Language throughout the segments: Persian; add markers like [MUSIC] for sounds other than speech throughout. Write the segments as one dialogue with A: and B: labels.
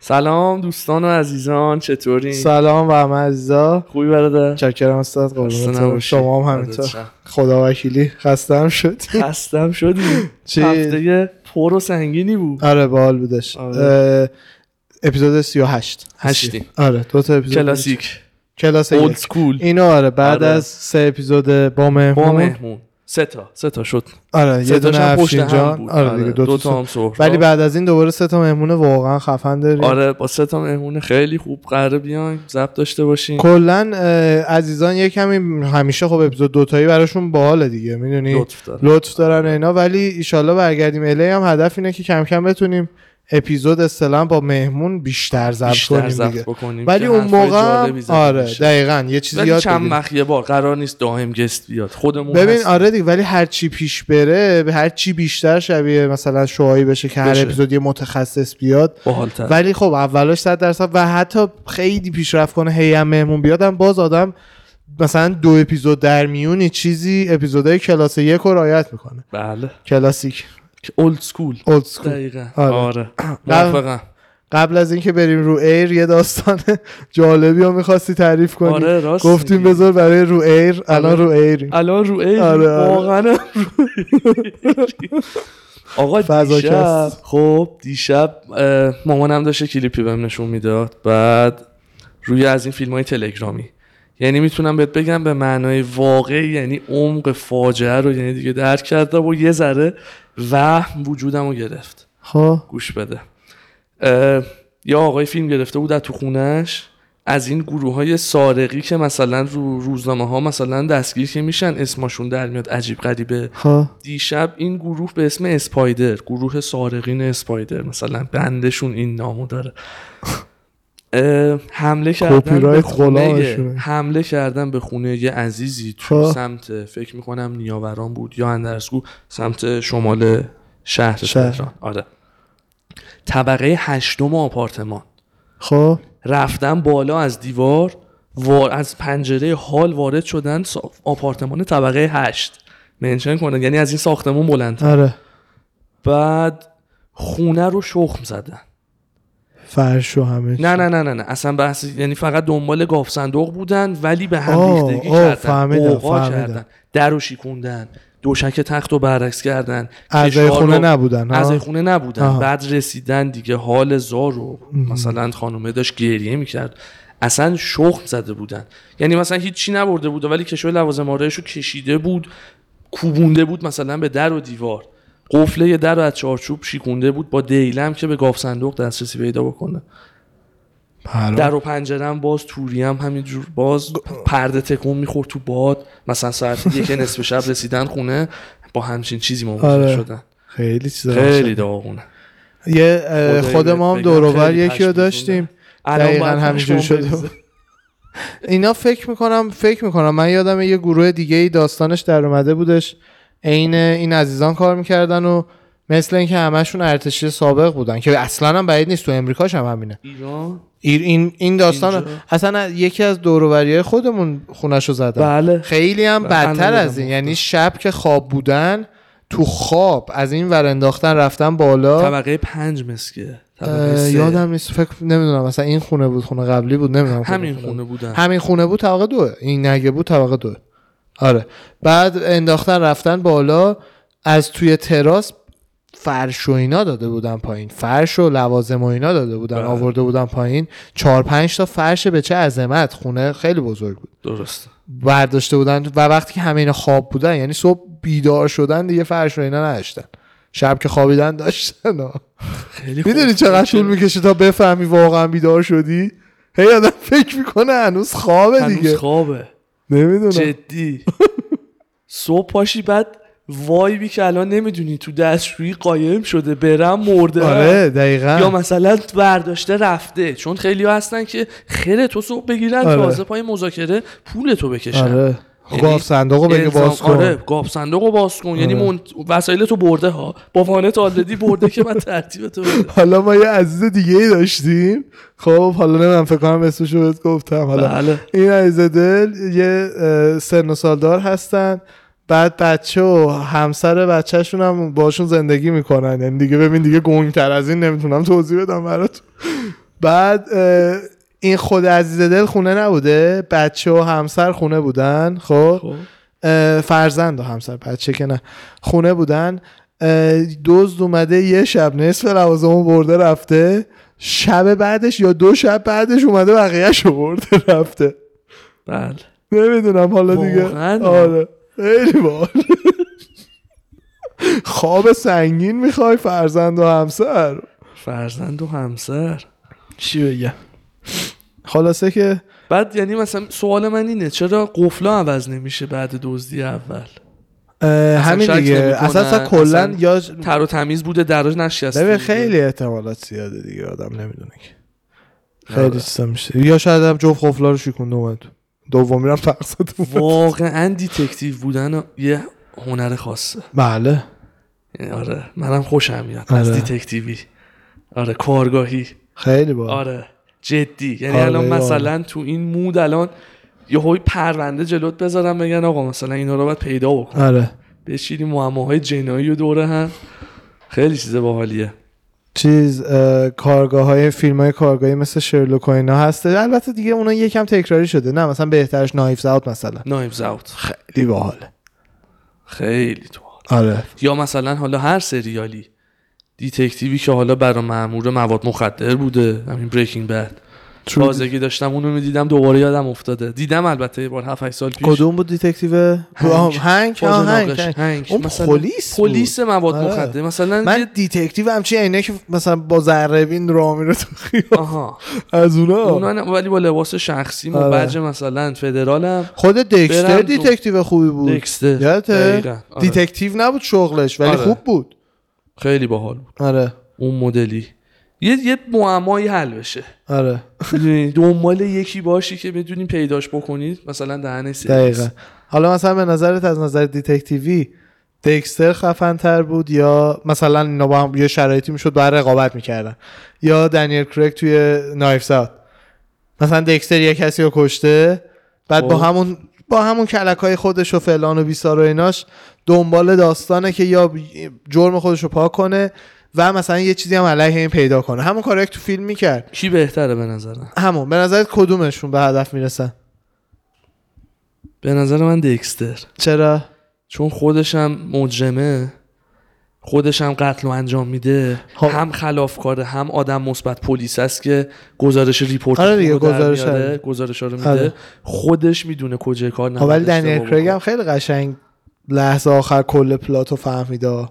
A: سلام دوستان و عزیزان چطورین؟
B: سلام و همه عزیزا
A: خوبی برادر؟
B: چکرم استاد
A: خسته
B: قربونت
A: نباشی.
B: شما هم همینطور
A: فدات شم.
B: خدا وکیلی خستم شد
A: خستم شدیم
B: [LAUGHS] چی؟
A: هفته پر و سنگینی بود
B: آره باحال بودش
A: آره.
B: اه، اپیزود 38
A: هشتیم.
B: آره دو تا اپیزود
A: کلاسیک
B: کلاسیک
A: اولد سکول
B: اینو آره بعد
A: آره.
B: از سه اپیزود با
A: با
B: مهمون
A: مهمون سه تا سه تا شد
B: آره یه
A: سه
B: دونه
A: تاشم پشت
B: افشین
A: هم
B: جان
A: بود
B: آره دیگه دو, تا
A: هم سهراب.
B: ولی بعد از این دوباره سه تا مهمون واقعا خفن داریم
A: آره با سه تا مهمون خیلی خوب قراره بیایم ضبط داشته
B: خب،
A: باشیم
B: کلا اه، عزیزان یه کمی همیشه خب اپیزود دوتایی براشون باحاله دیگه میدونی
A: لطف داره
B: لطف دارن و اینا ولی ایشالله برگردیم الی هم هدف اینه که کم کم بتونیم اپیزود اصطلاحا با مهمون بیشتر ضبط
A: بیشتر
B: کنیم
A: ضبط
B: دیگه
A: بکنیم
B: ولی
A: که
B: اون
A: حرفای
B: موقع هم-
A: جالبی زده
B: آره
A: بشه.
B: دقیقا یه چیزی
A: ولی
B: یاد
A: چند
B: بگیریم
A: وقت یه بار قرار نیست دائم گست بیاد خودمون
B: ببین
A: هست.
B: آره دیگه ولی هر چی پیش بره به هر چی بیشتر شبیه مثلا شوهایی بشه که
A: بشه.
B: هر اپیزود یه متخصص بیاد
A: باحال‌تر.
B: ولی خب اولش 100 درصد و حتی خیلی پیشرفت کنه هی هم مهمون بیادم باز آدم مثلا دو اپیزود در میونی چیزی اپیزودهای کلاس یک رو رعایت میکنه
A: بله
B: کلاسیک
A: اولد سکول
B: اولد سکول
A: دقیقا
B: خب. آره. [CLEARS THROAT]
A: آره موافقم
B: قبل از اینکه بریم رو ایر یه داستان [LAUGHS] جالبی رو میخواستی تعریف کنی
A: آره راست
B: گفتیم
A: میگی.
B: بذار برای رو ایر الان
A: آره.
B: رو ایر
A: الان رو ایر
B: آره، آره.
A: واقعا رو ایر. آقا
B: فضا
A: دیشب
B: کست.
A: خب دیشب اه، مامانم داشته کلیپی بهم نشون میداد بعد روی از این فیلم های تلگرامی یعنی میتونم بهت بگم به معنای واقعی یعنی عمق فاجعه رو یعنی دیگه درک کردم و یه ذره وهم وجودم رو گرفت
B: خب
A: گوش بده اه، یا آقای فیلم گرفته بود از تو خونش از این گروه های سارقی که مثلا رو روزنامه ها مثلا دستگیر که میشن اسمشون در میاد عجیب غریبه
B: خب
A: دیشب این گروه به اسم اسپایدر گروه سارقین اسپایدر مثلا بندشون این نامو داره اه، حمله کردن به
B: کپیرایت
A: خونه
B: غلامشونه.
A: حمله کردن به خونه یه عزیزی تو
B: آه.
A: سمت فکر میکنم نیاوران بود یا اندرسگو سمت شمال شهر
B: شهر.
A: تهران آره طبقه هشتم آپارتمان
B: خب
A: رفتن بالا از دیوار وار از پنجره حال وارد شدن سا- آپارتمان طبقه هشت منشن کنن یعنی از این ساختمون بلندتر
B: آره
A: بعد خونه رو شخم زدن
B: فرش و همه چی.
A: نه نه نه نه نه اصلا بحث یعنی فقط دنبال گاف صندوق بودن ولی به هم
B: آه،
A: ریختگی
B: آه،
A: کردن
B: فهمیدم،
A: قوقا
B: فهمیدم.
A: کردن در رو شکوندن دوشک تخت رو برعکس کردن
B: اعضای
A: کشوها
B: خونه
A: رو-
B: نبودن
A: از
B: ها
A: خونه نبودن
B: آها.
A: بعد رسیدن دیگه حال زارو مثلا خانومه داشت گریه میکرد اصلا شخم زده بودن یعنی مثلا هیچی نبرده بود ولی کشوی لوازم آرایش رو کشیده بود کوبونده بود مثلا به در و دیوار قفله در رو از چارچوب شیکونده بود با دیلم که به گاف صندوق دسترسی پیدا بکنه
B: پرام.
A: در و پنجرم باز توری هم همینجور باز پرده تکون میخورد تو باد مثلا
B: [LAUGHS]
A: ساعت یک نصف شب رسیدن خونه با همچین چیزی مواجه
B: آره.
A: شدن
B: خیلی چیزا
A: خیلی
B: قشنگ.
A: داغونه
B: یه اه،
A: خدایی
B: خود ما هم
A: بهت بگم،
B: دوروبر
A: خیلی
B: یکی رو
A: پشمتون
B: داشتیم
A: الان
B: دقیقاً
A: باید
B: همینجوری
A: پشمام
B: شده
A: بریزه.
B: اینا فکر میکنم فکر میکنم من یادم یه گروه دیگه ای داستانش در اومده بودش عین این عزیزان کار میکردن و مثل اینکه همشون ارتشی سابق بودن که اصلا هم بعید نیست تو امریکاش هم همینه
A: ایران
B: این این- این داستان
A: اینجا.
B: اصلا یکی از دوروبری خودمون خونش رو زدن
A: بله
B: خیلی هم
A: بله،
B: بدتر
A: الان
B: از این
A: یادم
B: یعنی شب که خواب بودن تو خواب از این ور انداختن رفتن بالا
A: طبقه پنج مسکه طبقه
B: اه،
A: سه.
B: یادم نیست فکر نمیدونم مثلا این خونه بود خونه قبلی بود نمیدونم
A: همین خونه بودن
B: همین خونه بود طبقه دوه این نگه بود طبقه دوه آره بعد انداختن رفتن بالا از توی تراس فرش و اینا داده بودن پایین فرش و لوازم و اینا داده بودن
A: بله.
B: آورده بودن پایین چهار پنج تا فرش به چه عظمت خونه خیلی بزرگ بود
A: درست
B: برداشته بودن و وقتی که همه اینا خواب بودن یعنی صبح بیدار شدن دیگه فرش رو اینا نداشتن شب که خوابیدن داشتن آه.
A: خیلی خوب.
B: میدونی چقدر طول میکشه تا بفهمی واقعا بیدار شدی هی آدم فکر میکنه هنوز خوابه
A: هنوز
B: دیگه
A: خوابه
B: نمیدونم [LAUGHS]
A: جدی صبح پاشی بعد وایبی که الان نمیدونی تو دستشویی قایم شده برم مرده
B: آره
A: یا
B: دقیقا
A: مثلا برداشته رفته چون خیلی هستن که خیر تو صبح بگیرن
B: آره.
A: تازه پای مذاکره پول تو بکشن
B: آره
A: یعنی
B: گاف صندوق رو بگه
A: الزام-
B: باز
A: آره
B: کن
A: گاف صندوق رو باز کن
B: آره.
A: یعنی من... وسایل تو برده ها با وانت آلردی برده که من ترتیب تو بده
B: حالا ما یه عزیز دیگه ای داشتیم خب حالا نمیدونم فکر کنم اسمش رو بهت گفتم حالا
A: بله
B: این عزیز دل یه اه، سن و سالدار هستن بعد بچه و همسر بچهشون هم باشون زندگی میکنن یعنی دیگه ببین دیگه گنگتر از این نمیتونم توضیح بدم برات بعد اه، این خود عزیز دل خونه نبوده بچه و همسر خونه بودن خب
A: خب.
B: اه، فرزند و همسر بچه که نه خونه بودن اه، دزد اومده یه شب نصف لوازمو برده رفته شب بعدش یا دو شب بعدش اومده بقیهش رو برده رفته
A: بله
B: نمیدونم حالا دیگه
A: واقعاً؟
B: آره خیلی باحال خواب سنگین میخوای فرزند و همسر
A: فرزند و همسر
B: چی بگم خلاصه که
A: بعد یعنی مثلا سوال من اینه چرا قفلا عوض نمیشه بعد دزدی اول
B: اه، همین
A: شک
B: دیگه
A: نمی‌کنن.
B: اصلا اصلا کلا
A: اصلا
B: یا
A: تر و تمیز بوده دراج نشسته
B: ببین
A: بوده.
B: خیلی احتمالات زیاده دیگه آدم نمیدونه که خیلی
A: آره.
B: سیستم میشه یا شاید هم جفت قفلا رو شکونده اومد دومی هم فرصت اومد
A: واقعا دیتکتیو بودن یه هنر خاصه
B: بله
A: یعنی آره منم خوشم میاد از
B: آره.
A: دیتکتیوی آره کارگاهی
B: خیلی با
A: آره جدی یعنی
B: آره،
A: الان
B: آره.
A: مثلا تو این مود الان یه هوی پرونده جلوت بذارم بگن آقا مثلا اینا رو باید پیدا بکن
B: آره
A: بشینی معماهای جنایی و دوره هم خیلی چیز باحالیه
B: چیز کارگاه های فیلم های کارگاهی مثل شرلوک و اینا هسته البته دیگه اونا یکم تکراری شده نه مثلا بهترش نایفز اوت مثلا
A: نایفز اوت
B: خیلی باحاله
A: خیلی تو حال.
B: آره
A: یا مثلا حالا هر سریالی دیتکتیوی که حالا برای مامور مواد مخدر بده همین بریکینگ بد
B: True
A: تازگی داشتم اونو میدیدم دوباره یادم افتاده دیدم البته یه بار 7 8 سال پیش
B: کدوم بود دیتکتیو آه، هنگ آه،
A: باز
B: هنگ
A: ناقش.
B: هنگ.
A: هنگ.
B: اون
A: مثلا
B: پلیس بود.
A: پلیس مواد
B: آره.
A: مخدر مثلا
B: من
A: یه-
B: دیتکتیو همچی عینه که مثلا با ذره بین راه میره تو خیابون.
A: آها
B: از
A: اونا
B: اونا
A: نه ولی با لباس شخصی و
B: خب. آره.
A: بج مثلا فدرالم
B: خود دکستر
A: برم تو-
B: دیتکتیو خوبی بود
A: دکستر
B: یادته
A: دقیقاً. آره.
B: دیتکتیو نبود شغلش ولی
A: آره.
B: خوب بود
A: خیلی باحال بود
B: آره
A: اون مدلی یه یه معمایی حل بشه
B: آره
A: می‌دونی، دنبال یکی باشی که بدونی پیداش بکنید مثلا دهنه سرویس
B: دقیقا حالا مثلا به نظرت از نظر دیتکتیوی دکستر خفن تر بود یا مثلا اینا با هم یه شرایطی میشد بعد رقابت میکردن یا دنیل کرک توی نایف ساوت مثلا دکستر یه کسی رو کشته بعد با
A: خب.
B: همون با همون کلک های خودش و فلان و بیسار و ایناش دنبال داستانه که یا جرم خودش رو پاک کنه و مثلا یه چیزی هم علیه این پیدا کنه همون کار تو فیلم میکرد
A: کی بهتره به نظرم
B: همون به نظرت کدومشون به هدف میرسن
A: به نظر من دکستر
B: چرا
A: چون خودشم مجرمه خودشم قتل رو انجام میده
B: خب.
A: هم خلافکاره هم آدم مثبت پلیس است که گزارش ریپورت
B: آره دیگه،
A: خوب رو در
B: گزارش
A: میاره،
B: آره.
A: گزارش رو میده
B: آره.
A: خودش میدونه کجای کار
B: خب
A: نباید
B: ولی دنیل
A: اشتباه
B: کرگ
A: بکنه.
B: هم خیلی قشنگ لحظه آخر کل پلاتو فهمیده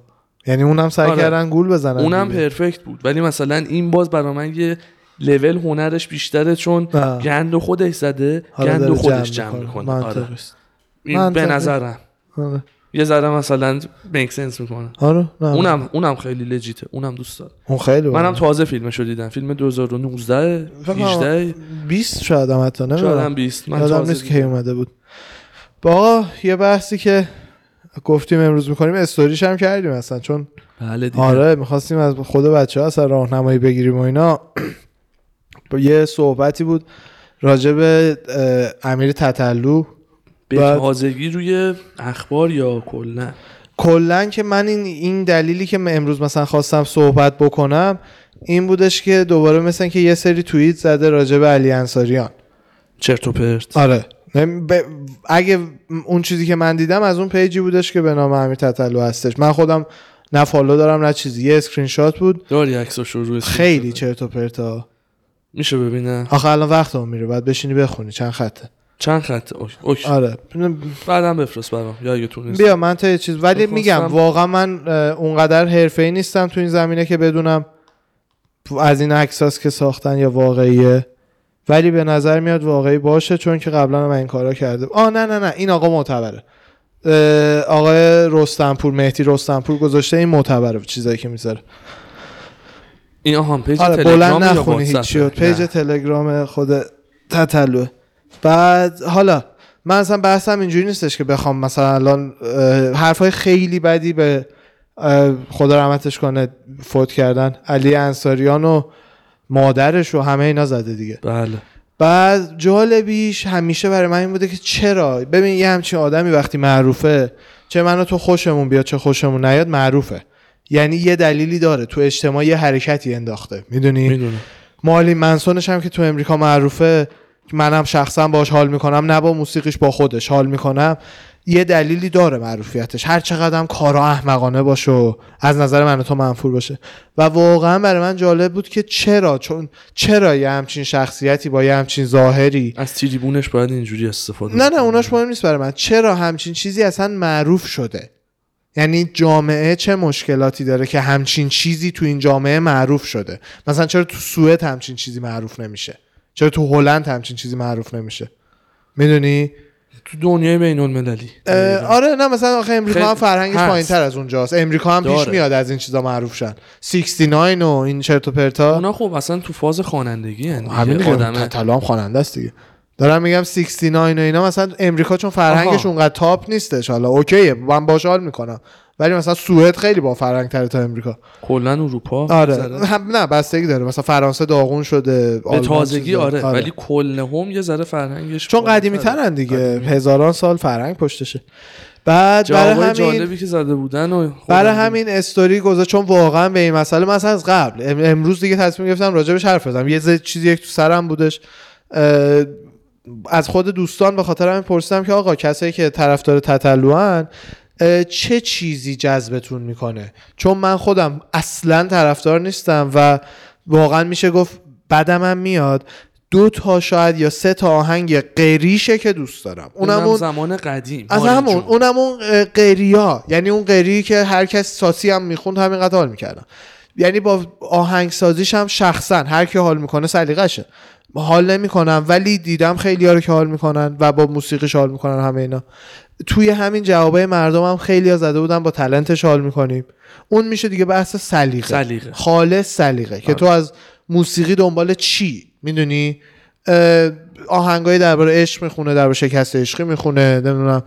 B: یعنی اونم سعی
A: آره.
B: کردن گول بزنن
A: اونم
B: دیگه.
A: پرفکت بود ولی مثلا این باز برا من یه لول هنرش بیشتره چون
B: آه.
A: گند خودش زده
B: حالا
A: گند
B: داره
A: خودش جمع میکنه
B: منطقی
A: آره.
B: است.
A: این
B: منطقی.
A: به نظرم
B: آره
A: یه ذره مثلا میک سنس میکنه
B: آره نه
A: اونم اونم خیلی لجیته اونم دوست دارم
B: اون خیلی
A: منم تازه فیلمشو دیدم فیلم 2019 18
B: 18 20 شاید هم حتی
A: شاید
B: نمیدونم
A: هم 20 من
B: یادم نیست
A: تازه
B: که کی اومده بود با یه بحثی که گفتیم امروز میکنیم استوریش هم کردیم اصلا چون
A: بله دیگه
B: آره میخواستیم از خود بچه ها اصلا راهنمایی بگیریم و اینا [CLEARS THROAT] با یه صحبتی بود راجع به اه، امیر تتلو
A: به
B: بعد-
A: تازگی روی اخبار یا کلا
B: کلا که من این این دلیلی که من امروز مثلا خواستم صحبت بکنم این بودش که دوباره مثلا که یه سری توییت زده راجع به علی انصاریان
A: چرت و پرت
B: آره نم- ب- اگه اون چیزی که من دیدم از اون پیجی بودش که به نام امیر تتلو هستش من خودم نه فالو دارم نه چیزی یه اسکرین شات بود
A: داری عکساشو روی اسکرین
B: خیلی
A: شده؟
B: چرت و پرتا
A: میشه ببینم
B: آخه الان وقت هم میره باید بشینی بخونی چند خطه
A: چند خط اوکی, اوکی.
B: آره
A: بعدم بفرست برام یا اگه تو نیست
B: بیا من تا یه چیز ولی
A: می‌خواستم-
B: میگم واقعا من اه، اونقدر حرفه ای نیستم تو این زمینه که بدونم از این عکساس که ساختن یا واقعیه ولی به نظر میاد واقعی باشه چون که قبلا من این کارا کرده آ نه نه نه این آقا معتبره اه، آقای رستنپور مهدی رستنپور گذاشته این معتبره چیزایی که میذاره
A: این آهان پیج
B: آره
A: تلگرام
B: بلند
A: یا
B: نخونی
A: واتساپه؟
B: هیچی پیج
A: نه.
B: تلگرام خود تتلوه بعد حالا من اصلا بحثم اینجوری نیستش که بخوام مثلا الان اه، حرفای خیلی بدی به اه، خدا رحمتش کنه فوت کردن علی انصاریان و مادرش و همه اینا زده دیگه
A: بله
B: بعد جالبیش همیشه برای من این بوده که چرا ببین یه همچین آدمی وقتی معروفه چه منو تو خوشمون بیاد چه خوشمون نیاد معروفه یعنی یه دلیلی داره تو اجتماع یه حرکتی انداخته میدونی
A: میدونم
B: مالی منسونش هم که تو امریکا معروفه که منم شخصا باش حال میکنم نه با موسیقیش با خودش حال میکنم یه دلیلی داره معروفیتش هر چقدر هم کارا احمقانه باشه و از نظر من و تو منفور باشه و واقعا برای من جالب بود که چرا چون چرا یه همچین شخصیتی با یه همچین ظاهری
A: از تریبونش باید اینجوری استفاده
B: نه نه اوناش مهم نیست برای من چرا همچین چیزی اصلا معروف شده یعنی جامعه چه مشکلاتی داره که همچین چیزی تو این جامعه معروف شده مثلا چرا تو سوئد همچین چیزی معروف نمیشه چرا تو هلند همچین چیزی معروف نمیشه میدونی
A: تو دنیای بین المللی
B: آره نه مثلا آخه امریکا
A: خیلی-
B: هم فرهنگش
A: هست.
B: پایین تر از اونجاست امریکا هم پیش
A: داره.
B: میاد از این چیزا معروف شن 69 و این چرت و پرتا
A: اونا خب اصلا تو فاز خوانندگی هن
B: همین
A: دیگه.
B: دیگه
A: آدمه.
B: تطلا هم خواننده است دیگه دارم میگم 69 و اینا مثلا امریکا چون فرهنگش
A: آها.
B: اونقدر تاپ نیستش حالا اوکیه من باش حال میکنم ولی مثلا سوئد خیلی با فرهنگ تره تا امریکا
A: کلا اروپا
B: آره
A: ذره-
B: هم نه بستگی داره مثلا فرانسه داغون شده
A: بله. به
B: آلمان چیز
A: تازگی
B: داره.
A: آره, ولی آره، کل هم یه ذره فرهنگش
B: چون
A: بالاتره.
B: قدیمی ترن دیگه هزاران سال فرهنگ پشتشه بعد برای
A: جوابای
B: همین
A: جالبی که زده بودن و خب
B: برای
A: هم-
B: همین استوری گذاشت چون واقعا به این مسئله من اصلا از قبل ام- امروز دیگه تصمیم گرفتم راجبش حرف بزنم یه ز- چیزی یک تو سرم بودش اه، از خود دوستان به خاطر همین پرسیدم که آقا کسایی که طرفدار تتلوان چه چیزی جذبتون میکنه چون من خودم اصلا طرفدار نیستم و واقعا میشه گفت بدم هم میاد دو تا شاید یا سه تا آهنگ قریشه که دوست دارم
A: اونم
B: اونم اون
A: زمان قدیم
B: از
A: مال
B: همون
A: جون.
B: اونم اون اه، قریا یعنی اون قری که هر کس ساسی هم میخوند همین حال میکردم یعنی با آهنگسازیش هم شخصا هر کی حال میکنه سلیقشه حال نمیکنم ولی دیدم خیلی رو که حال میکنن و با موسیقیش حال میکنن همه اینا توی همین جوابای مردم هم خیلی ها زده بودن با تلنتش حال میکنیم اون میشه دیگه بحث سلیقه
A: سلیقه.
B: خالص سلیقه که تو از موسیقی دنبال چی میدونی اه، آهنگای درباره عشق میخونه درباره شکست عشقی میخونه نمیدونم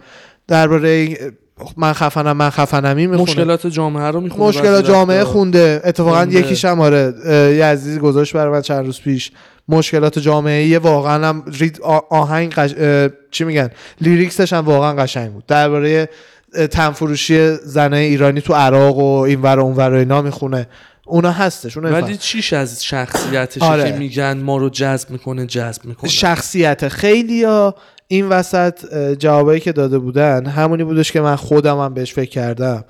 B: درباره این- من خفنم من خفنمی میخونه
A: مشکلات جامعه رو میخونه
B: مشکلات جامعه خونده اتفاقا
A: خونده.
B: یکیش هم آره اه، یه عزیزی گذاشت برای من چند روز پیش مشکلات جامعه یه واقعا هم رید آ- آهنگ قش... اه، چی میگن لیریکسش هم واقعا قشنگ بود درباره اه، تنفروشی زنای ایرانی تو عراق و اینور و اونور و اینا میخونه اونا هستش اونا
A: ولی چیش از شخصیتش
B: آره.
A: که میگن ما رو جذب میکنه جذب میکنه
B: شخصیت خیلی ها این وسط اه، جوابایی که داده بودن همونی بودش که من خودم هم بهش فکر کردم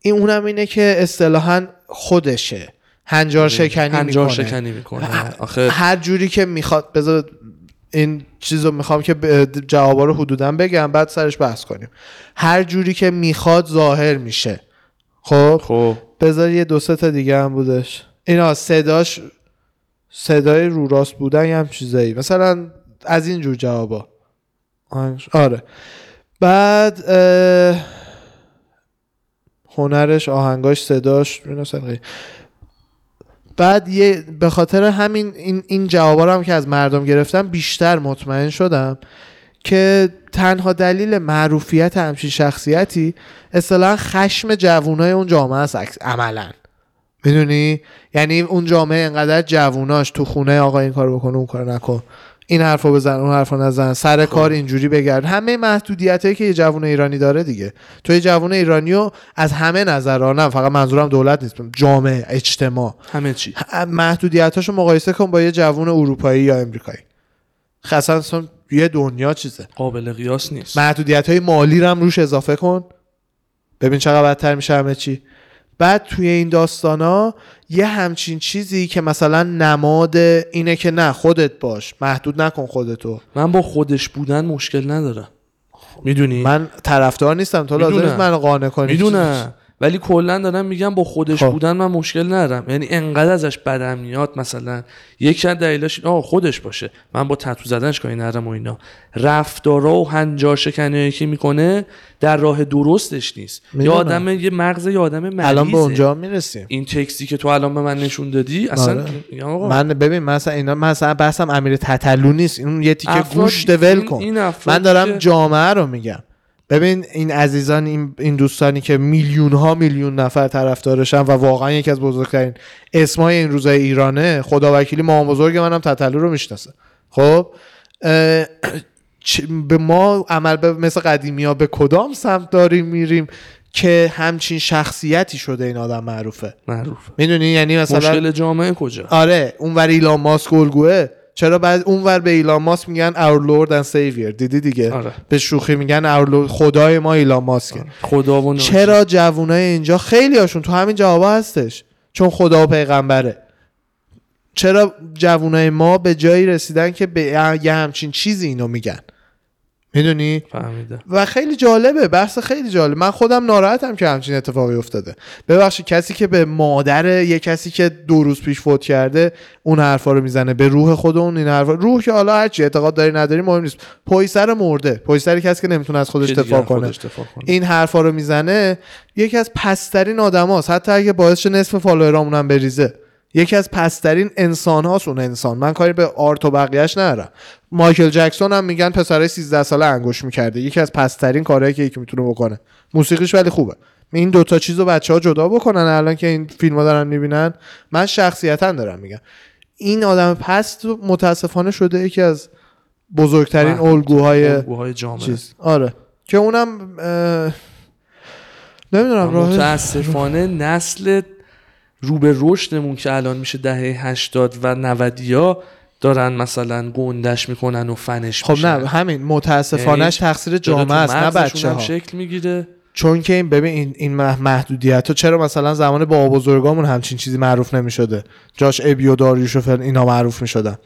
B: این اونم اینه که اصطلاحا خودشه هنجار شکنی
A: آره. هنجار
B: میکنه
A: شکنی میکنه
B: ه-
A: آخه
B: هر جوری که میخواد بذار این چیز رو میخوام که ب- جوابا رو حدودا بگم بعد سرش بحث کنیم هر جوری که میخواد ظاهر میشه خب
A: خب
B: بذار یه دو سه تا دیگه هم بودش اینا صداش صدای رو راست بودن یه هم چیزایی مثلا از این جور جوابا آهنگش- آره بعد اه، هنرش آهنگاش صداش اینا صدقه. بعد یه به خاطر همین این, این جوابا رو هم که از مردم گرفتم بیشتر مطمئن شدم که تنها دلیل معروفیت همچین شخصیتی اصطلاحا خشم جوونای اون جامعه است عکس- عملا میدونی یعنی اون جامعه انقدر جووناش تو خونه آقا این کار بکن اون کار نکن این حرفو بزن اون حرفو نزن سر کار اینجوری بگرد همه محدودیت هایی که یه جوون ایرانی داره دیگه تو یه جوون ایرانی رو از همه نظرها نه فقط منظورم دولت نیست جامعه اجتماع
A: همه چی
B: محدودیتاشو مقایسه کن با یه جوون اروپایی یا امریکایی خاصا اصلا یه دنیا چیزه
A: قابل قیاس نیست
B: محدودیت های مالی رو هم روش اضافه کن ببین چقدر بدتر میشه همه چی بعد توی این داستان ها یه همچین چیزی که مثلا نماد اینه که نه خودت باش محدود نکن خودتو
A: من با خودش بودن مشکل ندارم میدونی
B: من طرفدار نیستم تو لازم
A: میدونم.
B: نیست من قانع کنی
A: میدونم ولی کلا دارم میگم با خودش
B: خب.
A: بودن من مشکل ندارم یعنی انقدر ازش بدم میاد مثلا یکی از دلیلاش آه خودش باشه من با تتو زدنش کاری ندارم و اینا رفتارا و هنجار شکنی که میکنه در راه درستش نیست یا
B: میدونم.
A: آدم یه مغز یا آدم مریضه
B: الان به اونجا میرسیم
A: این تکستی که تو الان به من نشون دادی اصلا
B: آره.
A: یا آقا،
B: من ببین مثلا اینا مثلا بحثم امیر تتلو نیست این یه تیکه
A: افراد-
B: گوشت ول
A: این-
B: کن
A: این افراد
B: من دارم
A: که-
B: جامعه رو میگم ببین این عزیزان این, این دوستانی که میلیون ها میلیون نفر طرفدارشن و واقعا یکی از بزرگترین اسمای این روزای ایرانه خدا وکیلی مام بزرگ منم تتلو رو میشناسه خب اه، چ- به ما عمل به مثل قدیمی ها به کدام سمت داریم میریم که همچین شخصیتی شده این آدم معروفه
A: معروف
B: میدونی یعنی مثلا
A: مشکل جامعه کجا
B: آره اونور ایلان ماسک گلگوه چرا بعد اونور به ایلان ماسک میگن our lord and savior دیدی دیگه
A: آره.
B: به شوخی میگن our lord خدای ما ایلان ماسکه
A: خدا و ناجی.
B: چرا جوونای اینجا خیلی هاشون تو همین جوابا هستش چون خدا و پیغمبره چرا جوونای ما به جایی رسیدن که به یه همچین چیزی اینو میگن میدونی
A: فهمیدم
B: و خیلی جالبه بحث خیلی جالب من خودم ناراحتم که همچین اتفاقی افتاده ببخشید کسی که به مادر یه کسی که دو روز پیش فوت کرده اون حرفا رو میزنه به روح خود اون این حرفا روح که حالا هرچی اعتقاد داری نداری مهم نیست پویسر مرده پویسر کسی که نمیتونه از خودش
A: که دیگه
B: دفاع
A: خودش
B: کنه
A: دفاع کنه.
B: این حرفا رو میزنه یکی از پسترین آدماست حتی اگه باعث شه نصف فالوورامون هم بریزه یکی از پسترین انسان هاست اون انسان من کاری به آرت و بقیهش ندارم مایکل جکسون هم میگن پسرای 13 ساله انگوش میکرده یکی از پسترین کارهایی که یکی میتونه بکنه موسیقیش ولی خوبه این دوتا چیز رو بچه ها جدا بکنن الان که این فیلم ها دارن میبینن من شخصیتا دارم میگم این آدم پست متاسفانه شده یکی از بزرگترین
A: محبوب.
B: الگوهای
A: الگوهای جامعه
B: چیز آره که اونم اه، نمیدونم راه
A: متاسفانه نسل رو به رشدمون که الان میشه دهه 80 و 90 ها دارن مثلا گندش میکنن و فنش
B: خب
A: میشن
B: نه همین متاسفانهش تقصیر جامعه است نه بچه ها
A: شکل میگیره
B: چون که این ببین این, این محدودیت ها چرا مثلا زمان با بزرگامون همچین چیزی معروف نمیشده جاش ابی و داریوش و فلان اینا معروف میشدن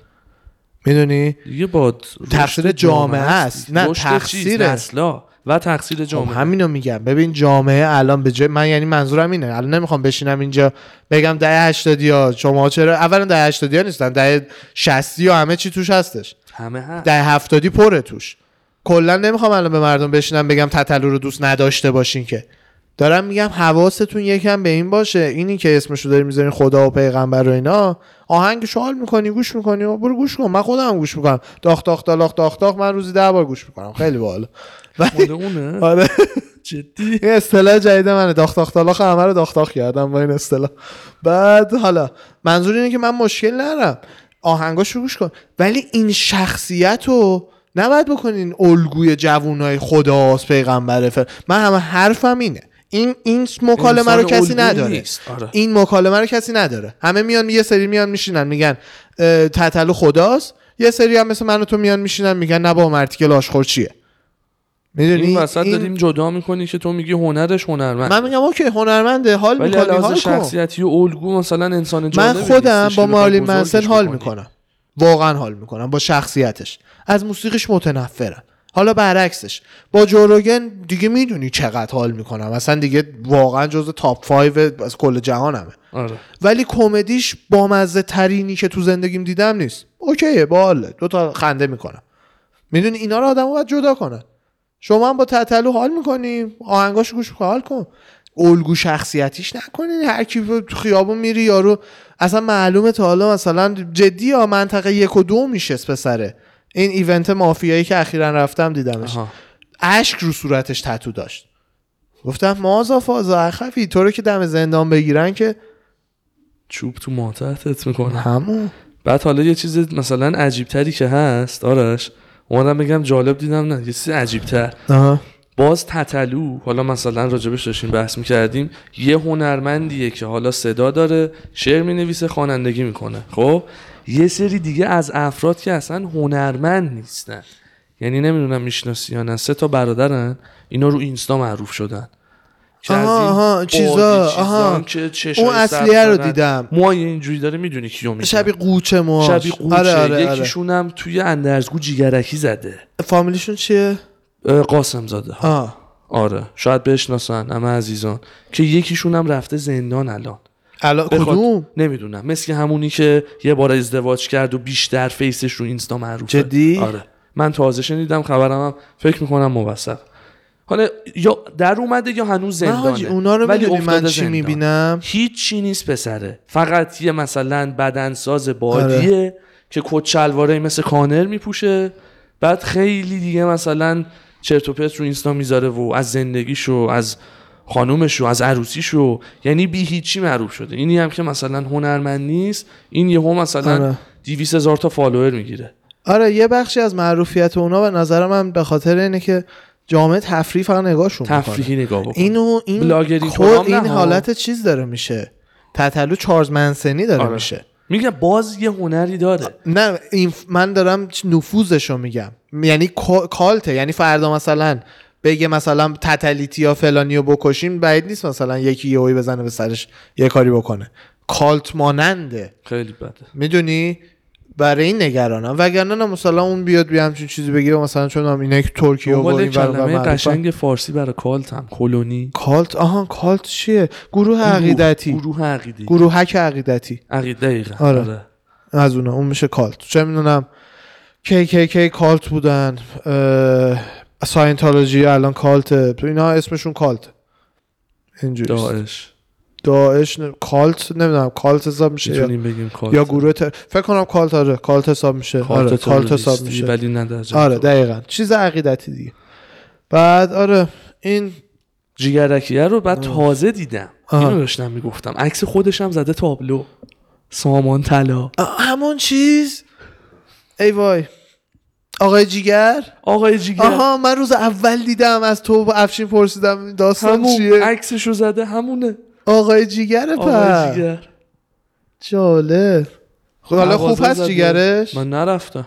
B: میدونی
A: دیگه با
B: تقصیر جامعه است. نه، تقصیر.
A: نسلا و تقصیر
B: خب
A: جامعه
B: همینو میگم ببین جامعه الان به جای من یعنی منظورم اینه الان نمیخوام بشینم اینجا بگم ده 80 ها شما چرا اولا ده 80 ها نیستن ده 60 یا همه چی توش هستش
A: همه هست
B: ده هفتادی پره توش کلا نمیخوام الان به مردم بشینم بگم تطلو رو دوست نداشته باشین که دارم میگم حواستون یکم به این باشه اینی که اسمشو داری میذارین خدا و پیغمبر و اینا آهنگ شال میکنی گوش میکنی و برو گوش کن من خودم گوش میکنم داخ داخ دالاخ داخ داخ من روزی ده بار گوش میکنم خیلی باحال
A: مال اونه
B: آره
A: جدی
B: این اصطلاح جدید منه داختاخ تالاخ همه رو داختاخ کردم با این اصطلاح بعد حالا منظور اینه که من مشکل نرم آهنگاش رو گوش کن ولی این شخصیت رو نباید بکنین الگوی جوونای خداست پیغمبره فر من همه حرفم اینه این این مکالمه
A: انسان
B: رو کسی
A: الگویی
B: نداره
A: نیست. آره.
B: این مکالمه رو کسی نداره همه میان یه سری میان میشینن میگن اه، تتلو خداست یه سری هم مثل من و تو میان میشینن میگن نه با مرتیکل آشخور چیه میدونی
A: این وسط داریم جدا میکنی که تو میگی هنرش هنرمند
B: من میگم اوکی هنرمنده حال
A: ولی
B: میکنی حال
A: لحاظ
B: کن
A: شخصیتی و الگو مثلا انسان
B: من
A: جالبی
B: خودم
A: نیستش
B: با
A: که بخوای
B: مارلین
A: بزرگش
B: منسن حال
A: بکنی.
B: میکنم واقعا حال میکنم با شخصیتش از موسیقیش متنفرم حالا برعکسش با جوروگن دیگه میدونی چقدر حال میکنم اصلا دیگه واقعا جز تاپ 5 از کل جهانمه
A: آره
B: ولی کمدیش بامزه ترینی که تو زندگیم دیدم نیست اوکیه باله دو تا خنده میکنم میدونی اینا رو آدم باید جدا کنن شما هم با تتلو حال میکنی آهنگاش گوش کن، حال کن الگو شخصیتیش نکنین هر کی به- تو خیابون میری یارو اصلا معلومه تا حالا مثلا جدی یا منطقه یک و دو میشه پسره این ایونت مافیایی که اخیرا رفتم دیدمش
A: آها.
B: اشک رو صورتش تتو داشت گفتم مازا فازا اخفی تو رو که دم زندان بگیرن که
A: چوب تو ماتحتت میکنه
B: همون
A: بعد حالا یه چیز مثلا عجیب تری که هست آرش اومدم بگم جالب دیدم نه یه چیز عجیب تر
B: آها
A: باز تتلو حالا مثلا راجبش داشتیم بحث میکردیم یه هنرمندیه که حالا صدا داره شعر مینویسه خوانندگی میکنه خب یه سری دیگه از افراد که اصلا هنرمند نیستن یعنی نمیدونم میشناسی یا نه سه تا برادرن اینا رو اینستا معروف شدن که از
B: آها،
A: این
B: آها،
A: بادی
B: چیزا،
A: چیزان
B: آها.
A: که چشای
B: اون
A: سبز
B: اصلیه رو
A: دارن.
B: دیدم
A: موهای اینجوری داره میدونی کیو میگم
B: شبیه قوچه موهاش
A: شبیه قوچه
B: آره آره آره
A: یکیشون هم توی اندرزگو جیگرکی زده
B: فامیلیشون چیه
A: اه، قاسم زاده ها.
B: آه
A: آره شاید بشناسن همه عزیزان که یکیشون هم رفته زندان الان
B: الان
A: بخواد-
B: کدوم
A: نمیدونم مثل همونی که یه بار ازدواج کرد و بیشتر فیسش رو اینستا معروفه
B: جدی؟
A: آره من تازه شنیدم خبرم هم فکر میکنم موثق حالا یا در اومده یا هنوز
B: من
A: زندانه
B: حاجی اونا رو
A: ولی
B: میدونی من
A: افتاده
B: چی
A: زندان.
B: میبینم
A: هیچ چی نیست پسره فقط یه مثلا بدنساز بادیه
B: آره.
A: که کچلواره مثل کانر میپوشه بعد خیلی دیگه مثلا چرت و پرت رو اینستا میذاره و از زندگیشو از خانومشو از عروسیشو یعنی بی هیچی معروف شده اینی هم که مثلا هنرمند نیست این یهو مثلا
B: آره.
A: 200 هزار تا فالوور میگیره
B: آره یه بخشی از معروفیت اونا به نظرم هم به خاطر اینه که جامعه تفریح فقط نگاهشون میکنه
A: تفریحی نگاه بکن
B: اینو این
A: بلاگری
B: خود
A: کنم
B: این
A: نه ها.
B: حالت چیز داره میشه تتلو چارلز منسنی داره
A: آره.
B: میشه
A: میگم باز یه هنری داره
B: نه این ف- من دارم نفوذش رو میگم یعنی کا- کالته یعنی فردا مثلا بگه مثلا تتلیتی یا فلانی رو بکشیم بعید نیست مثلا یکی یهویی بزنه به سرش یه کاری بکنه کالت ماننده
A: خیلی بده
B: میدونی برای این نگرانم وگرنه نه مثلا اون بیاد بیا همچین چیزی بگه و مثلا چون هم اینه که ترکیه و
A: دنبال
B: این
A: یه
B: ور اون ور
A: کلمه
B: معروفن.
A: قشنگ فارسی برای کالت هم کلونی
B: کالت آها کالت چیه گروه عقیدتی گروه,
A: گروه عقیدی
B: حک عقیدتی
A: عقیده دقیقا
B: آره. از اون اون میشه کالت چه میدونم کی کالت بودن اه، ساینتولوژی الان کالته تو اینا اسمشون کالت اینجوری
A: داعش
B: داعش نه- کالت نمیدونم کالت حساب میشه یا,
A: میتونیم بگیم کالت
B: یا گروه تر... فکر کنم کالت آره کالت حساب میشه
A: کالت
B: آره کالت حساب
A: تروریستی،
B: میشه
A: ولی خب. نه در جمع
B: آره
A: تو.
B: دقیقا چیز عقیدتی دیگه بعد آره این
A: جیگرکیه رو بعد تازه دیدم
B: آره. آها.
A: اینو داشتم میگفتم عکس خودش هم زده تابلو سامان طلا
B: آه، همون چیز ای وای آقای جیگر
A: آقای جیگر
B: آها من روز اول دیدم از تو و افشین پرسیدم داستان
A: همون
B: چیه
A: عکسشو زده همونه
B: آقای جیگر
A: آقای
B: پر
A: جیگر
B: جالب خب حالا خوب
A: مغازه
B: هست
A: زده.
B: جیگرش
A: من نرفتم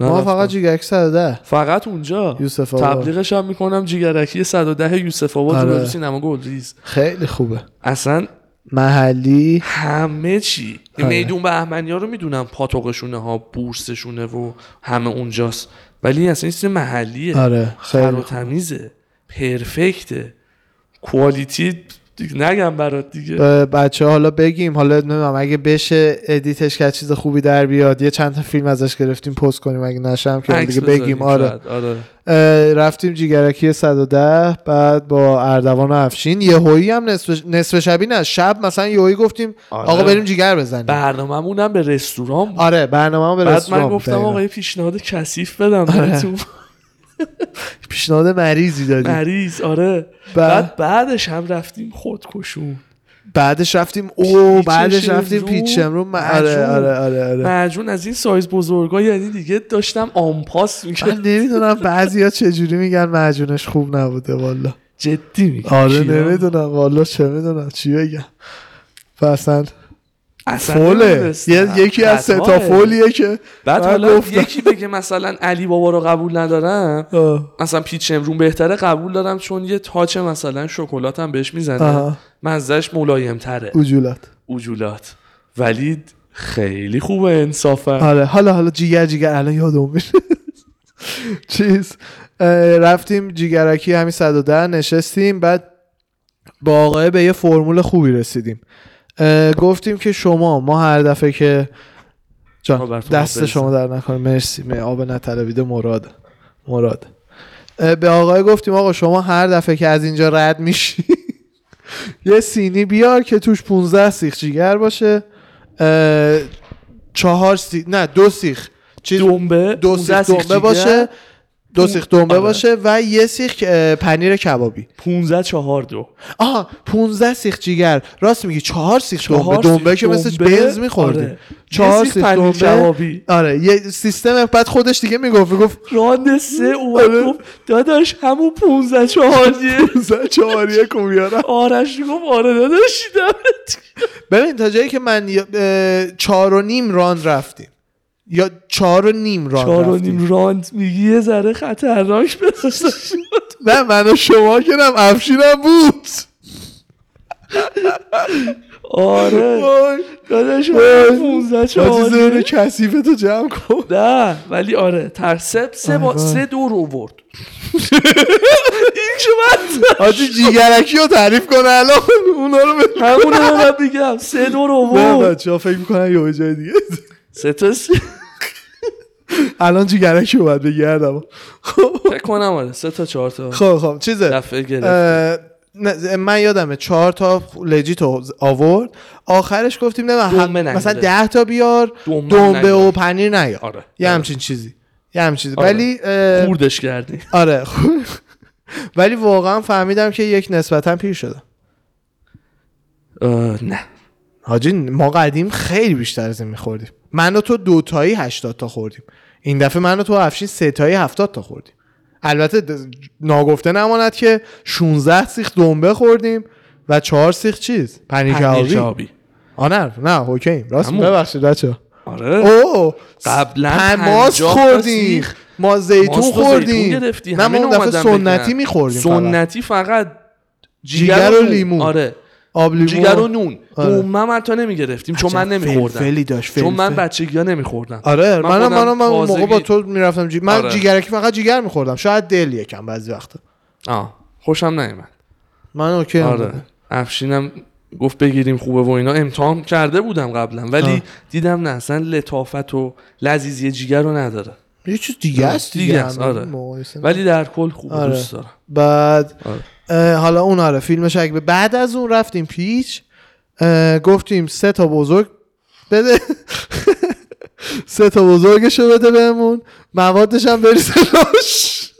B: ما
A: نرفتم.
B: فقط جیگرک سرده
A: فقط اونجا
B: یوسف آباد.
A: تبلیغش هم میکنم جیگرکی 110 یوسف آباد
B: آره.
A: آره. سینما گلریز
B: خیلی خوبه
A: اصلا
B: محلی
A: همه چی
B: آره.
A: میدون بهمنی ها رو میدونم پاتوقشونه ها بورسشونه و همه اونجاست ولی اصلا این چیز محلیه
B: آره
A: تر و
B: خیلی
A: تمیزه پرفکته کوالیتی دیگه نگم برات دیگه
B: بچه حالا بگیم حالا نمیدونم اگه بشه ادیتش کرد چیز خوبی در بیاد یه چند تا فیلم ازش گرفتیم پست کنیم اگه نشم که
A: عکس
B: دیگه
A: بذاریم
B: بگیم آره
A: شاید. آره
B: اه، رفتیم جیگرکی 110 بعد با اردوان و افشین یهویی هم نصف, نصف شبی نه شب مثلا یهویی گفتیم
A: آره.
B: آقا بریم جیگر بزنیم
A: برنامه‌مون هم به رستوران بود
B: آره برنامه به
A: بعد
B: رستوران آره.
A: من
B: بود
A: گفتم
B: دقیقاً.
A: آقا یه پیشنهاد کثیف بدم بهتون
B: پیشنهاد مریضی دادیم
A: مریض آره بعد بعدش هم رفتیم خودکشون
B: بعدش رفتیم او
A: پیچ
B: بعدش
A: شمرون،
B: رفتیم پیچ شمرون م- آره
A: مجون.
B: آره آره آره
A: مجون از این سایز بزرگا یعنی دیگه داشتم آنپاس
B: من
A: میکرد
B: نمیدونم بعضیا چجوری میگن معجونش خوب نبوده والا
A: جدی میگم
B: آره نمیدونم والا چه میدونم چی بگم پسند فوله یه- یکی از سه تا فولیه که
A: بعد
B: من
A: حالا
B: گفتم.
A: یکی بگه مثلا علی بابا رو قبول ندارم
B: آه.
A: مثلا پیچ امرون بهتره قبول دارم چون یه تاچ مثلا شکلات هم بهش میزنه
B: آها.
A: مزدش ملایم تره
B: عجولت
A: عجولات ولی خیلی خوبه انصافا
B: آره حالا حالا جیگر جیگر الان یادم میشه [LAUGHS] چیز اه، رفتیم جیگرکی همین 110 نشستیم بعد با آقای به یه فرمول خوبی رسیدیم اه، گفتیم که شما ما هر دفعه که
A: آب
B: جان
A: خب، بر تو
B: دست
A: بریزم.
B: شما در نکنه مرسی می آب نطلبیده مراد مراد اه، به آقای گفتیم آقا شما هر دفعه که از اینجا رد میشی یه سینی بیار که توش 15 سیخ جیگر باشه اه، چهار سیخ نه دو سیخ چیز
A: دنبه
B: دو سیخ
A: 15
B: دنبه
A: جیگر،
B: باشه دو سیخ دنبه
A: آره.
B: باشه و یه سیخ اه، پنیر کبابی
A: 15 4 دو
B: آها 15 سیخ جیگر راست میگی چهار سیخ دنبه
A: چهار
B: دنبه
A: سیخ
B: که مثل
A: دنبه،
B: بنز میخورده
A: آره.
B: چهار
A: یه سیخ
B: سیخ
A: پنیر
B: دنبه
A: کبابی.
B: آره یه سیستم بعد خودش دیگه میگفت میگفت
A: راند سه اومد
B: آره.
A: گفت داداش همون 15 چهاریه
B: 15 چهاریه کن بیارم
A: آرش گفت آره داداش دمت
B: ببین تا جایی که من یا- اه، چهار و نیم راند رفتیم یا چهار و نیم راند
A: چهار و
B: رفتیم.
A: نیم راند میگی یه ذره خطرناک بسازش
B: نه من و شما که نم افشینم بود
A: آره
B: وای
A: داداش
B: وای.
A: 15
B: بله. حاجی
A: چهاریه
B: زهر کسیفه تو جمع کن
A: نه ولی آره تر سه سه, با...
B: آره.
A: سه دور اوورد
B: [LAUGHS]
A: این چه وقت
B: حاجی جیگرکی رو تعریف کنه الان اونا رو به
A: همون رو من میگم سه دور
B: نه
A: اوورد
B: بچه ها فکر میکنن یه جای دیگه
A: سه تا سه
B: الان جیگرکی رو باید بگردم خب
A: فکر کنم آره سه تا چهار تا
B: خب خب چیزه
A: دفعه گرفت
B: اه، نه، من یادمه چهار تا لجیت آورد آخرش گفتیم نه
A: دنبه
B: هم-
A: نیاره.
B: مثلا ده تا بیار
A: دنبه
B: دنبه
A: نیاره.
B: و پنیر نیا
A: آره.
B: یه
A: آره.
B: همچین چیزی یه همچین چیزی
A: آره.
B: ولی اه،
A: خوردش کردی
B: آره [LAUGHS] خب. ولی واقعا فهمیدم که یک نسبتا پیر شدم
A: اه، نه
B: حاجی ما قدیم خیلی بیشتر از این میخوردیم من و تو دوتایی هشتاد تا خوردیم این دفعه من و تو و افشین سه تایی هفتاد تا خوردیم البته د- ناگفته نماند که 16 سیخ دنبه خوردیم و 4 سیخ چیز پنیر
A: پنیر
B: کبابی
A: کبابی
B: آ نه نه اوکی راست
A: همون.
B: ببخشید بچه
A: آره
B: اوه
A: قبلا
B: پ-
A: پنجاه
B: ماست
A: تا
B: خوردیم
A: سیخ.
B: ما زیتون
A: ماست و زیتون
B: خوردیم
A: گرفتی.
B: نه ما
A: همین
B: اون دفعه
A: اومدن
B: سنتی
A: بگن.
B: میخوردیم فقط.
A: سنتی فقط جیگر,
B: جیگر و
A: نون.
B: لیمو.
A: آره
B: آب لیمو
A: جیگر و نون
B: آره.
A: دومم حتی نمیگرفتیم چون من نمیخوردم
B: فلفلی داشت
A: چون من
B: فلفل.
A: بچگی ها نمیخوردم
B: آره
A: من
B: منم
A: خودم
B: منم من اون موقع
A: تازگی-
B: با تو میرفتم جی... من
A: آره.
B: جیگرکی فقط جیگر میخوردم شاید دل یکم بعضی وقتا
A: آه خوشم نیومد
B: من اوکی هم
A: آره
B: بودم.
A: افشینم گفت بگیریم خوبه و اینا امتحان کرده بودم قبلا ولی
B: آه.
A: دیدم نه اصلا لطافت و لذیذی جیگر رو نداره
B: یه چیز دیگه است دیگه,
A: دیگه است،
B: همین
A: آره.
B: مقایسه.
A: ولی در کل خوبه
B: آره.
A: دوست دارم
B: بعد
A: آره.
B: اه، حالا اون آره فیلمش اگه ب- بعد از اون رفتیم پیچ اه، گفتیم سه تا بزرگ بده [LAUGHS] سه تا بزرگشو بده بهمون موادش هم بریزه روش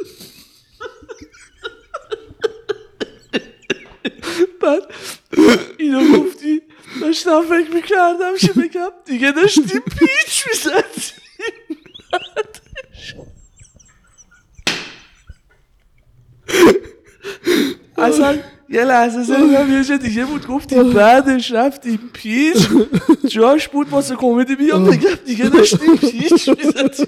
A: بعد اینو گفتی داشتم فکر میکردم که بگم دیگه داشتی پیچ میزدی اصلا یه لحظه زدم یه جا دیگه بود گفتی بعدش رفتی پیچ جاش بود واسه کمدی بیام بگم دیگه داشتی پیچ میزدی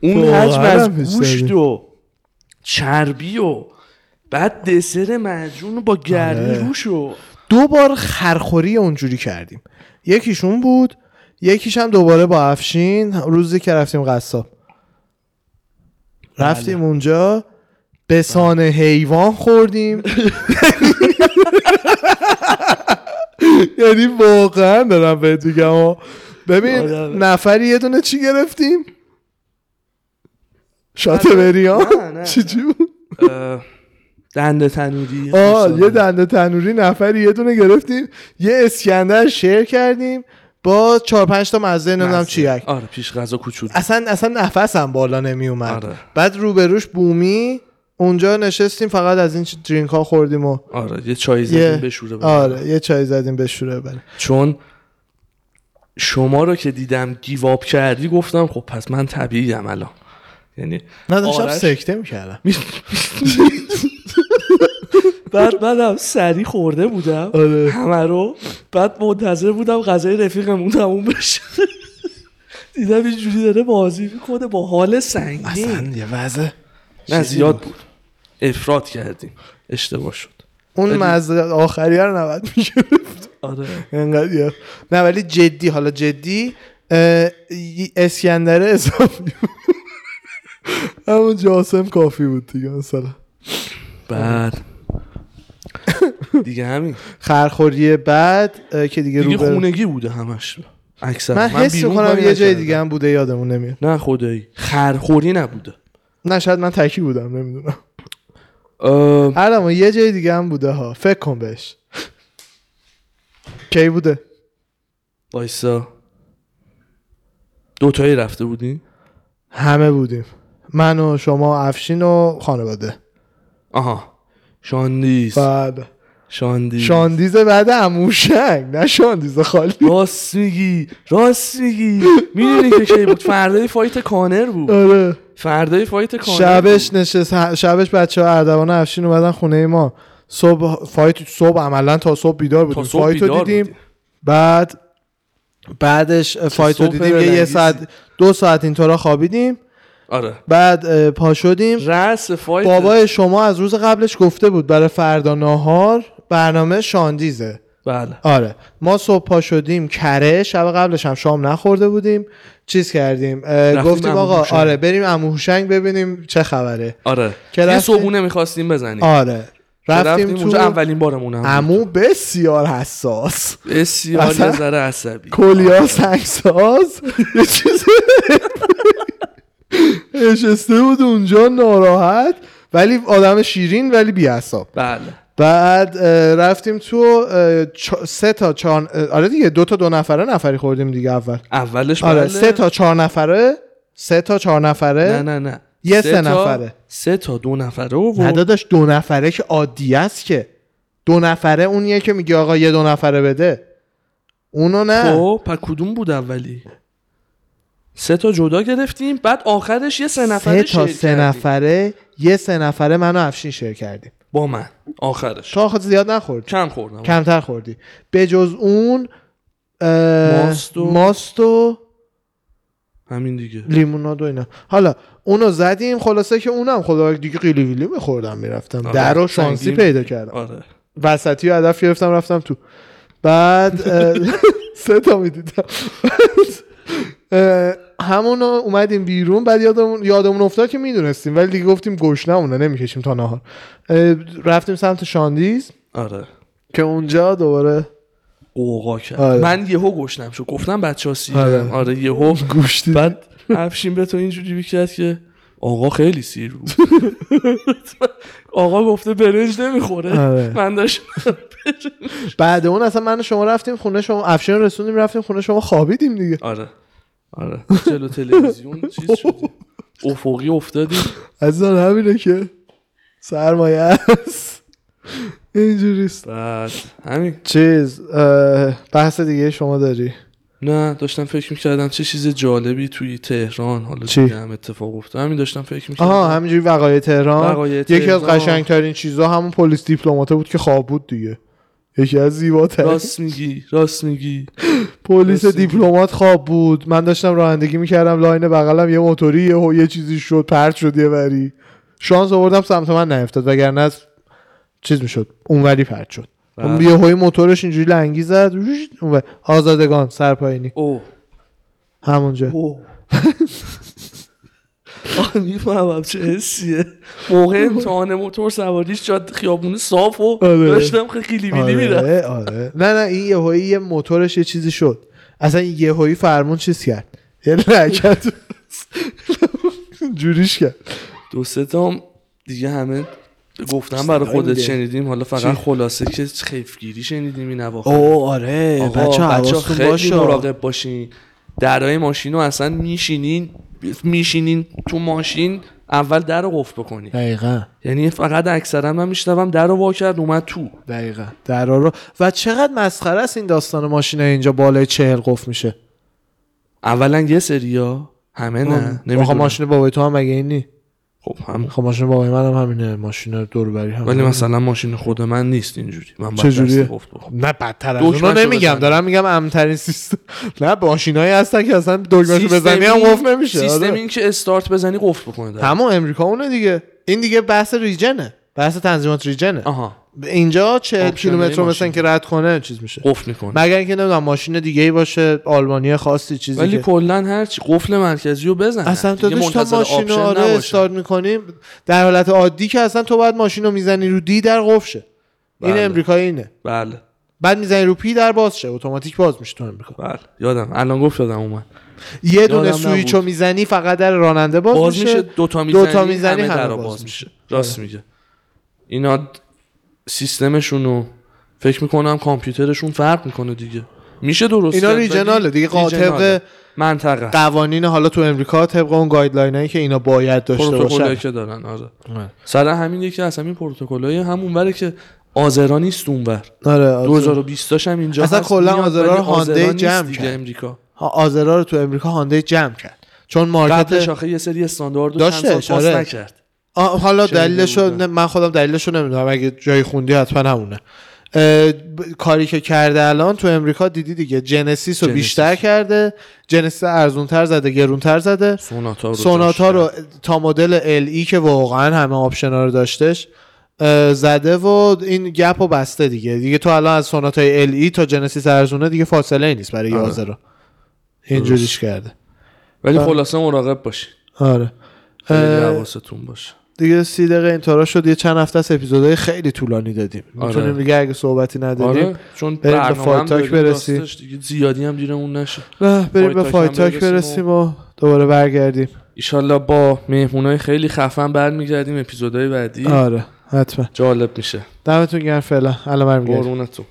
A: اون
B: واقعا
A: حجم از
B: هم پیچ
A: گوشت
B: زدی.
A: و چربی و بعد دسر معجون با گرمی
B: آره.
A: روش و
B: دو بار خرخوری اونجوری کردیم یکیشون بود یکیش هم دوباره با افشین روزی که رفتیم قصاب رفتیم
A: بله.
B: اونجا به سان حیوان
A: [LAUGHS]
B: خوردیم یعنی واقعا دارم بهت میگم ها. ببین
A: آره، آره.
B: نفری یه دونه چی گرفتیم شات بریان
A: نه، نه،
B: چی چی بود
A: اه، دنده تنوری
B: آه یه دنده تنوری نفری یه دونه گرفتیم یه اسکندر شیر کردیم با چهار پنج تا مزه نمیدونم چیک
A: آره پیش غذا کوچولو
B: اصلا اصلا نفسم بالا نمی اومد
A: آره.
B: بعد روبروش بومی اونجا نشستیم فقط از این درینک ها خوردیم و
A: آره یه چای
B: یه
A: زدیم بشوره بده.
B: آره یه چای زدیم به شوره بله
A: چون شما رو که دیدم گیواب کردی گفتم خب پس من طبیعی الان یعنی
B: نه داشتم
A: آرش-
B: سکته میکردم
A: بعد منم سری خورده بودم
B: آره.
A: همه رو بعد منتظر بودم غذای رفیقمون تموم بشه [LAUGHS] دیدم اینجوری داره بازی میکنه با حال سنگین
B: یه وضع
A: نه
B: چیزی
A: زیاد
B: بود.
A: بود افراد کردیم اشتباه شد
B: اون مزه آخری رو نباید میگرفت
A: آره
B: انقدر یه- نه ولی جدی حالا جدی اه، ی- اسکندره اضافی بود. [LAUGHS] همون جاسم کافی بود دیگه مثلا
A: بعد دیگه همین
B: خرخوری بعد اه، که دیگه,
A: دیگه
B: رو به-
A: خونگی بوده همش اکثر
B: من, حس
A: بیرون
B: میکنم
A: کاری
B: یه جای
A: نکردم.
B: دیگه هم بوده یادمون نمیاد
A: نه خدایی خرخوری نبوده
B: نه شاید من تکی بودم نمیدونم
A: اه،
B: اما یه جای دیگه هم بوده ها فکر کن بهش کی بوده
A: وایسا دوتایی رفته بودی؟
B: همه بودیم من و شما و افشین و خانواده
A: آها شاندیس
B: بله
A: شاندیس
B: شاندیز بعد اموشنگ نه شاندیز خالی
A: راست میگی راست میگی میدونی که کی بود فردای فایت کانر بود
B: آره
A: فردای فایت کانر
B: شبش نشست شبش بچه ها اردوان و افشین اومدن خونه ما صبح فایت صبح عملا تا صبح بیدار
A: بود.
B: بودیم
A: تا صبح
B: فایت رو
A: بیدار
B: دیدیم
A: بودی.
B: بعد بعدش فایت رو
A: صبح
B: دیدیم یه- یه
A: بلنگیزی.
B: ساعت دو ساعت اینطورا خوابیدیم
A: آره
B: بعد اه، پا شدیم
A: رأس فایت
B: بابای شما از روز قبلش گفته بود برای فردا ناهار برنامه شاندیزه
A: بله
B: آره ما صبح پا شدیم کره شب قبلش هم شام نخورده بودیم چیز کردیم اه،
A: رفتیم
B: گفتیم
A: عمو
B: آقا
A: هوشنگ.
B: آره بریم عمو هوشنگ ببینیم چه خبره
A: آره
B: که
A: یه
B: رفتیم-
A: صبونه میخواستیم بزنیم
B: آره
A: رفتیم,
B: رفتیم
A: اونجا
B: تو
A: اولین بارمون هم بود.
B: عمو بسیار حساس
A: بسیار
B: اصلا-
A: یه ذره عصبی
B: کلیا سنگساز یه چیز نشسته بود اونجا ناراحت ولی آدم شیرین ولی بی
A: بله
B: بعد اه، رفتیم تو اه، چ- سه تا چهار اه، آره دیگه دو تا دو نفره نفری خوردیم دیگه اول
A: اولش
B: آره
A: بله.
B: سه تا چهار نفره سه تا چهار
A: نه
B: نفره
A: نه نه
B: یه سه
A: تا-
B: نفره.
A: سه تا دو نفره و
B: نه داداش دو نفره که عادی است که دو نفره اونیه که میگه آقا یه دو نفره بده اونو نه
A: خب پس کدوم بود اولی سه تا جدا گرفتیم بعد آخرش یه سه نفره
B: سه تا
A: شیر
B: سه
A: کردیم.
B: نفره یه سه نفره منو افشین شیر کردیم
A: با من آخرش
B: تو آخه زیاد نخورد
A: کم خوردم
B: کمتر خوردی به جز اون اه،
A: ماست و-
B: ماست و
A: همین دیگه
B: لیموناد و اینا حالا اونو زدیم خلاصه که اونم خدا رو دیگه قیلی ویلی میخوردم میرفتم
A: آره،
B: در رو شانسی
A: سنگین.
B: پیدا کردم
A: آره
B: وسطی رو هدف گرفتم رفتم تو بعد اه، [LAUGHS] سه تا میدیدم [LAUGHS] اه، همونو اومدیم بیرون بعد یادمون یادمون افتاد که میدونستیم ولی دیگه گفتیم گشنمونه نمیکشیم تا نهار اه، رفتیم سمت شاندیز
A: آره
B: که اونجا دوباره
A: قوقا کرد
B: آره.
A: من یهو گشنم شد گفتم بچه ها سیرم
B: آره.
A: آره, یهو
B: گوشتی
A: بعد افشین به تو اینجوری کرد که آقا خیلی سیر
B: [LAUGHS]
A: بود آقا گفته برنج نمیخوره
B: آره.
A: من داشتم برنج.
B: بعد اون اصلا من و شما رفتیم خونه شما افشین رو رسوندیم رفتیم خونه شما خوابیدیم دیگه
A: آره آره جلو تلویزیون چیز شدی افقی افتادی
B: عزیزان همینه که سرمایه است اینجوریست
A: بعد همین
B: چیز اه، بحث دیگه شما داری
A: نه داشتم فکر میکردم چه چیز جالبی توی تهران حالا
B: چی؟
A: چی هم اتفاق افتاد همین داشتم فکر میکردم
B: آها همینجوری وقایع تهران
A: وقایع
B: یکی از
A: تهران.
B: قشنگترین چیزها همون پلیس دیپلماته بود که خواب بود دیگه یکی از زیباترین
A: راست میگی راست میگی
B: پلیس
A: راست.
B: دیپلمات خواب بود من داشتم رانندگی میکردم لاین بغلم یه موتوری یه, یه چیزی شد پرت شد یه وری شانس آوردم سمت من نیفتاد وگرنه از چیز میشد اونوری پرت شد اون
A: بله.
B: یه هوی موتورش اینجوری لنگی زد ووش، اونور. آزادگان سرپاینی
A: او
B: همونجا
A: او [LAUGHS] آه، میفهمم چه حسیه موقع
B: [LAUGHS]
A: امتحان موتور سواریش جاد خیابون صاف و
B: آره.
A: داشتم خیلی بیلی میرم
B: آره آره نه نه این یه هوی یه موتورش یه چیزی شد اصلا این یه هوی فرمون چیز کرد یه لکت جوریش کرد
A: دو سه تا هم دیگه همه گفتم برای
B: صدایی
A: خودت
B: میده.
A: شنیدیم حالا
B: چی؟
A: فقط خلاصه که خیفگیری شنیدیم این اواخر
B: او آره
A: آقا بچه
B: حواستون
A: خیلی مراقب باشین درای ماشین رو اصلا میشینین میشینین تو ماشین اول در رو قفل بکنین
B: دقیقا
A: یعنی فقط اکثرا من میشنوم در رو وا کرد اومد تو
B: دقیقا درا رو و چقدر مسخره است این داستان ماشین اینجا بالای چهل قفل میشه
A: اولا یه سریا همه نه
B: آخه
A: نمیدونم
B: ماشین بابای تو هم مگه این نی
A: خب هم
B: خب ماشین بابای من هم همینه ماشین دوربری هم
A: ولی مثلا ماشین خود من نیست اینجوری من باید
B: چه جوریه؟
A: دست قفل بکنم.
B: نه بدتر از
A: دکمه‌شو
B: اونو نمیگم
A: بزنی.
B: دارم میگم امترین سیستم نه ماشینایی هستن که اصلا دکمهشو بزنی هم
A: سیستم
B: قفل
A: این-
B: نمیشه
A: سیستم
B: آره.
A: این که استارت بزنی قفل بکنه در.
B: همون امریکا اونه دیگه این دیگه بحث ریجنه بحث تنظیمات ریجنه
A: آها
B: اینجا 40
A: آپشنهای
B: کیلومتر رو مثلا
A: ماشین.
B: که رد کنه چیز میشه
A: قفل میکنه
B: مگر اینکه نمیدونم ماشین دیگه ای باشه آلمانی خاصی چیزی
A: ولی
B: که
A: کلا هرچی قفل مرکزی رو بزن
B: اصلا تو
A: دیگه
B: داشت تا
A: منتظر
B: ماشین رو
A: آپشن
B: آره
A: نباشه.
B: استارت میکنیم در حالت عادی که اصلا تو باید ماشین رو میزنی رو دی در قفل شه این
A: بله.
B: امریکایی اینه
A: بله
B: بعد میزنی رو پی در باز شه اتوماتیک باز میشه تو امریکا
A: بله یادم الان گفت دادم اومد
B: یه دونه
A: یادم
B: سویچ رو
A: نبود.
B: میزنی فقط در راننده باز,
A: باز میشه دوتا میزنی
B: دوتا میزنی
A: همه
B: همه
A: در
B: باز آره.
A: باز میشه راست میگه اینا د- سیستمشون رو فکر میکنم کامپیوترشون فرق میکنه دیگه میشه درست
B: اینا
A: کرد، ولی
B: ریجناله دیگه، قا-
A: ریجناله.
B: طبق
A: منطقه
B: قوانین حالا تو امریکا طبق اون گایدلاینایی که اینا باید داشته
A: پروتکلی
B: باشن
A: که دارن آره سر همین یکی از همین پروتکلای همون وره که آذرا نیست اونور
B: آره آره.
A: 2020 تاش هم اینجا
B: اصلا
A: هست،
B: کلا
A: میاد،
B: آذرا
A: ولی
B: رو هانده
A: آذرا نیست
B: جمع
A: دیگه
B: کرد.
A: امریکا
B: ها، آذرا رو تو امریکا هاندای جمع کرد چون مارکت
A: قبلش آخه یه سری استاندارد رو
B: داشته،
A: چند سال پاس
B: آره.
A: نکرد
B: آ، حالا
A: شنیده
B: دلیلش رو-
A: بودم.
B: نه، من خودم دلیلش رو نمیدونم اگه جای خوندی حتما همونه اه، ب- کاری که کرده الان تو امریکا دیدی دیگه جنسیس رو
A: جنسیس.
B: بیشتر کرده جنسیس ارزونتر زده گرونتر زده
A: سوناتا رو
B: سوناتا
A: داشته.
B: رو تا مدل ال ای که واقعا همه آپشنا رو داشتش اه، زده و این گپ رو بسته دیگه دیگه تو الان از سوناتای ال ای تا جنسیس ارزونه دیگه فاصله ای نیست برای
A: آره.
B: 11 رو اینجوریش کرده
A: ولی خلاصه مراقب باشین
B: آره
A: خیلی
B: اه،
A: حواستون باشه
B: دیگه سی دقیقه اینطورا شد یه چند هفته از اپیزودهای خیلی طولانی دادیم
A: آره.
B: میتونیم دیگه اگه صحبتی نداریم
A: آره چون
B: بریم به
A: برنامه
B: فایت
A: هم داریم
B: تاک برسیم.
A: راستش دیگه زیادی هم دیرمون نشه
B: نه بریم به
A: فایت
B: فایت
A: تاک هم
B: تاک برسیم
A: برسیم
B: و دوباره برگردیم
A: ایشالله با مهمونای خیلی خفن برمیگردیم اپیزودهای بعدی
B: آره حتما
A: جالب میشه
B: دمتون گرم فعلا الان برمیگردیم
A: قرونتون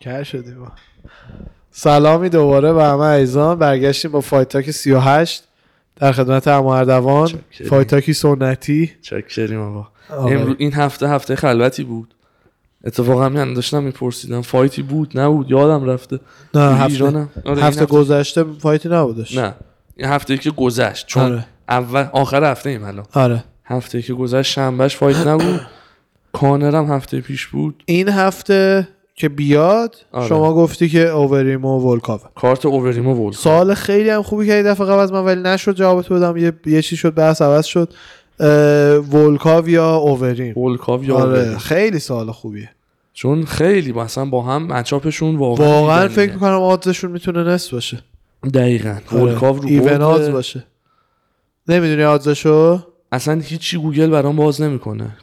B: کر شدیم ما. سلامی دوباره به همه عزیزان برگشتیم با فایتاک 38 در خدمت اما اردوان
A: چکریم.
B: فایتاکی سنتی
A: چکریم آقا
B: آقا.
A: امروز این هفته هفته خلوتی بود اتفاقا همین داشتم میپرسیدم فایتی بود نبود یادم رفته
B: نه
A: توی
B: هفته,
A: ایرانم. آره، این
B: هفته گذشته فایتی نبودش
A: نه این هفته که گذشت چون
B: آره.
A: اول آخر هفته ایم الان
B: آره
A: هفته که گذشت شنبهش فایت
B: [COUGHS]
A: نبود کانرم هفته پیش بود
B: این هفته که بیاد
A: آره.
B: شما گفتی که اووریمو و ولکاوه
A: کارت اووریما ول
B: سال خیلی هم خوبی کردی دفعه قبل از من ولی نشد جوابت بدم یه, یه چی شد بحث عوض شد اه، ولکاو یا اووریم
A: ولکاو یا
B: آره
A: اووریم.
B: خیلی سال خوبیه
A: چون خیلی با اصلا با هم مچاپشون واقعا
B: واقعا
A: دیدنیه.
B: فکر میکنم آدزشون میتونه نصف باشه
A: دقیقاً ولکاو
B: آره.
A: رو
B: ایون آدز
A: برد
B: باشه نمیدونی آدزشو
A: اصلا هیچی گوگل برام باز نمیکنه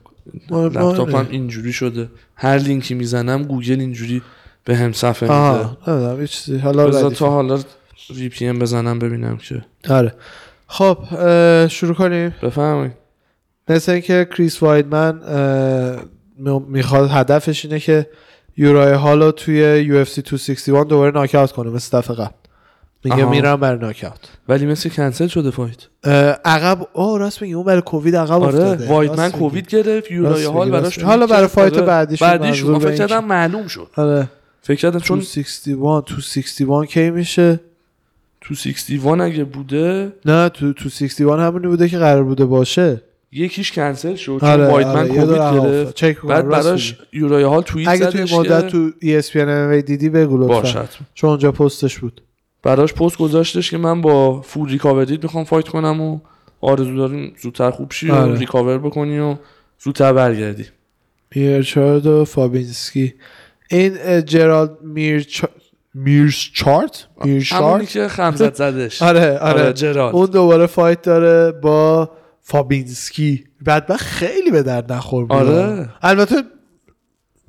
B: آره،
A: لپتاپم
B: آره.
A: اینجوری شده هر لینکی میزنم گوگل اینجوری به هم صفحه میده
B: آها آره. نمیدونم یه چیزی حالا
A: بذار
B: ردیف.
A: تا حالا وی پی ام بزنم ببینم که
B: آره خب اه، شروع کنیم
A: بفهمید
B: مثل اینکه کریس وایدمن اه، می- میخواد هدفش اینه که یورای هالو توی UFC 261 دوباره ناکاوت کنه مثل دفعه قبل میگه
A: آها.
B: میرم بر ناکاوت
A: ولی مثل کنسل شده فایت
B: اه، عقب او راست میگی اون برای کووید عقب
A: آره
B: افتاده
A: وایدمن
B: راست میگی.
A: کووید گرفت یورای
B: راست
A: هال
B: میگی،
A: براش
B: راست میگی. حالا برای فایت
A: آره.
B: بعدیشون
A: بعدیش
B: منظور
A: من
B: به
A: فکر
B: این
A: کردم معلوم شد
B: آره
A: فکر کردم چون
B: چون 261 261 کی میشه
A: تو 61 اگه بوده
B: نه تو 261 همونی بوده که قرار بوده باشه
A: یکیش کنسل شد چون
B: آره
A: وایدمن
B: آره، یه
A: کووید
B: دور عقب افتاد.
A: گرفت
B: چک کن،
A: بعد
B: راست
A: براش
B: میگی.
A: یورای هال توییت
B: اگه توی
A: زدش
B: مدت
A: که-
B: تو E ESPN دیدی بگو لطفا
A: باشد
B: چون اونجا پستش بود
A: براش پست گذاشتش که من با فول ریکاوریت میخوام فایت کنم و آرزو داریم زودتر خوب شی
B: آره.
A: و ریکاور بکنی و زودتر برگردی
B: میرچارد و فابینسکی این اه، جرالد میرچ... میرچارت
A: همونی
B: میرچارت
A: که
B: [LAUGHS]
A: خمزت زدش
B: آره آره
A: جرالد
B: اون دوباره فایت داره با فابینسکی بدبخت خیلی به درد نخور بود
A: آره.
B: البته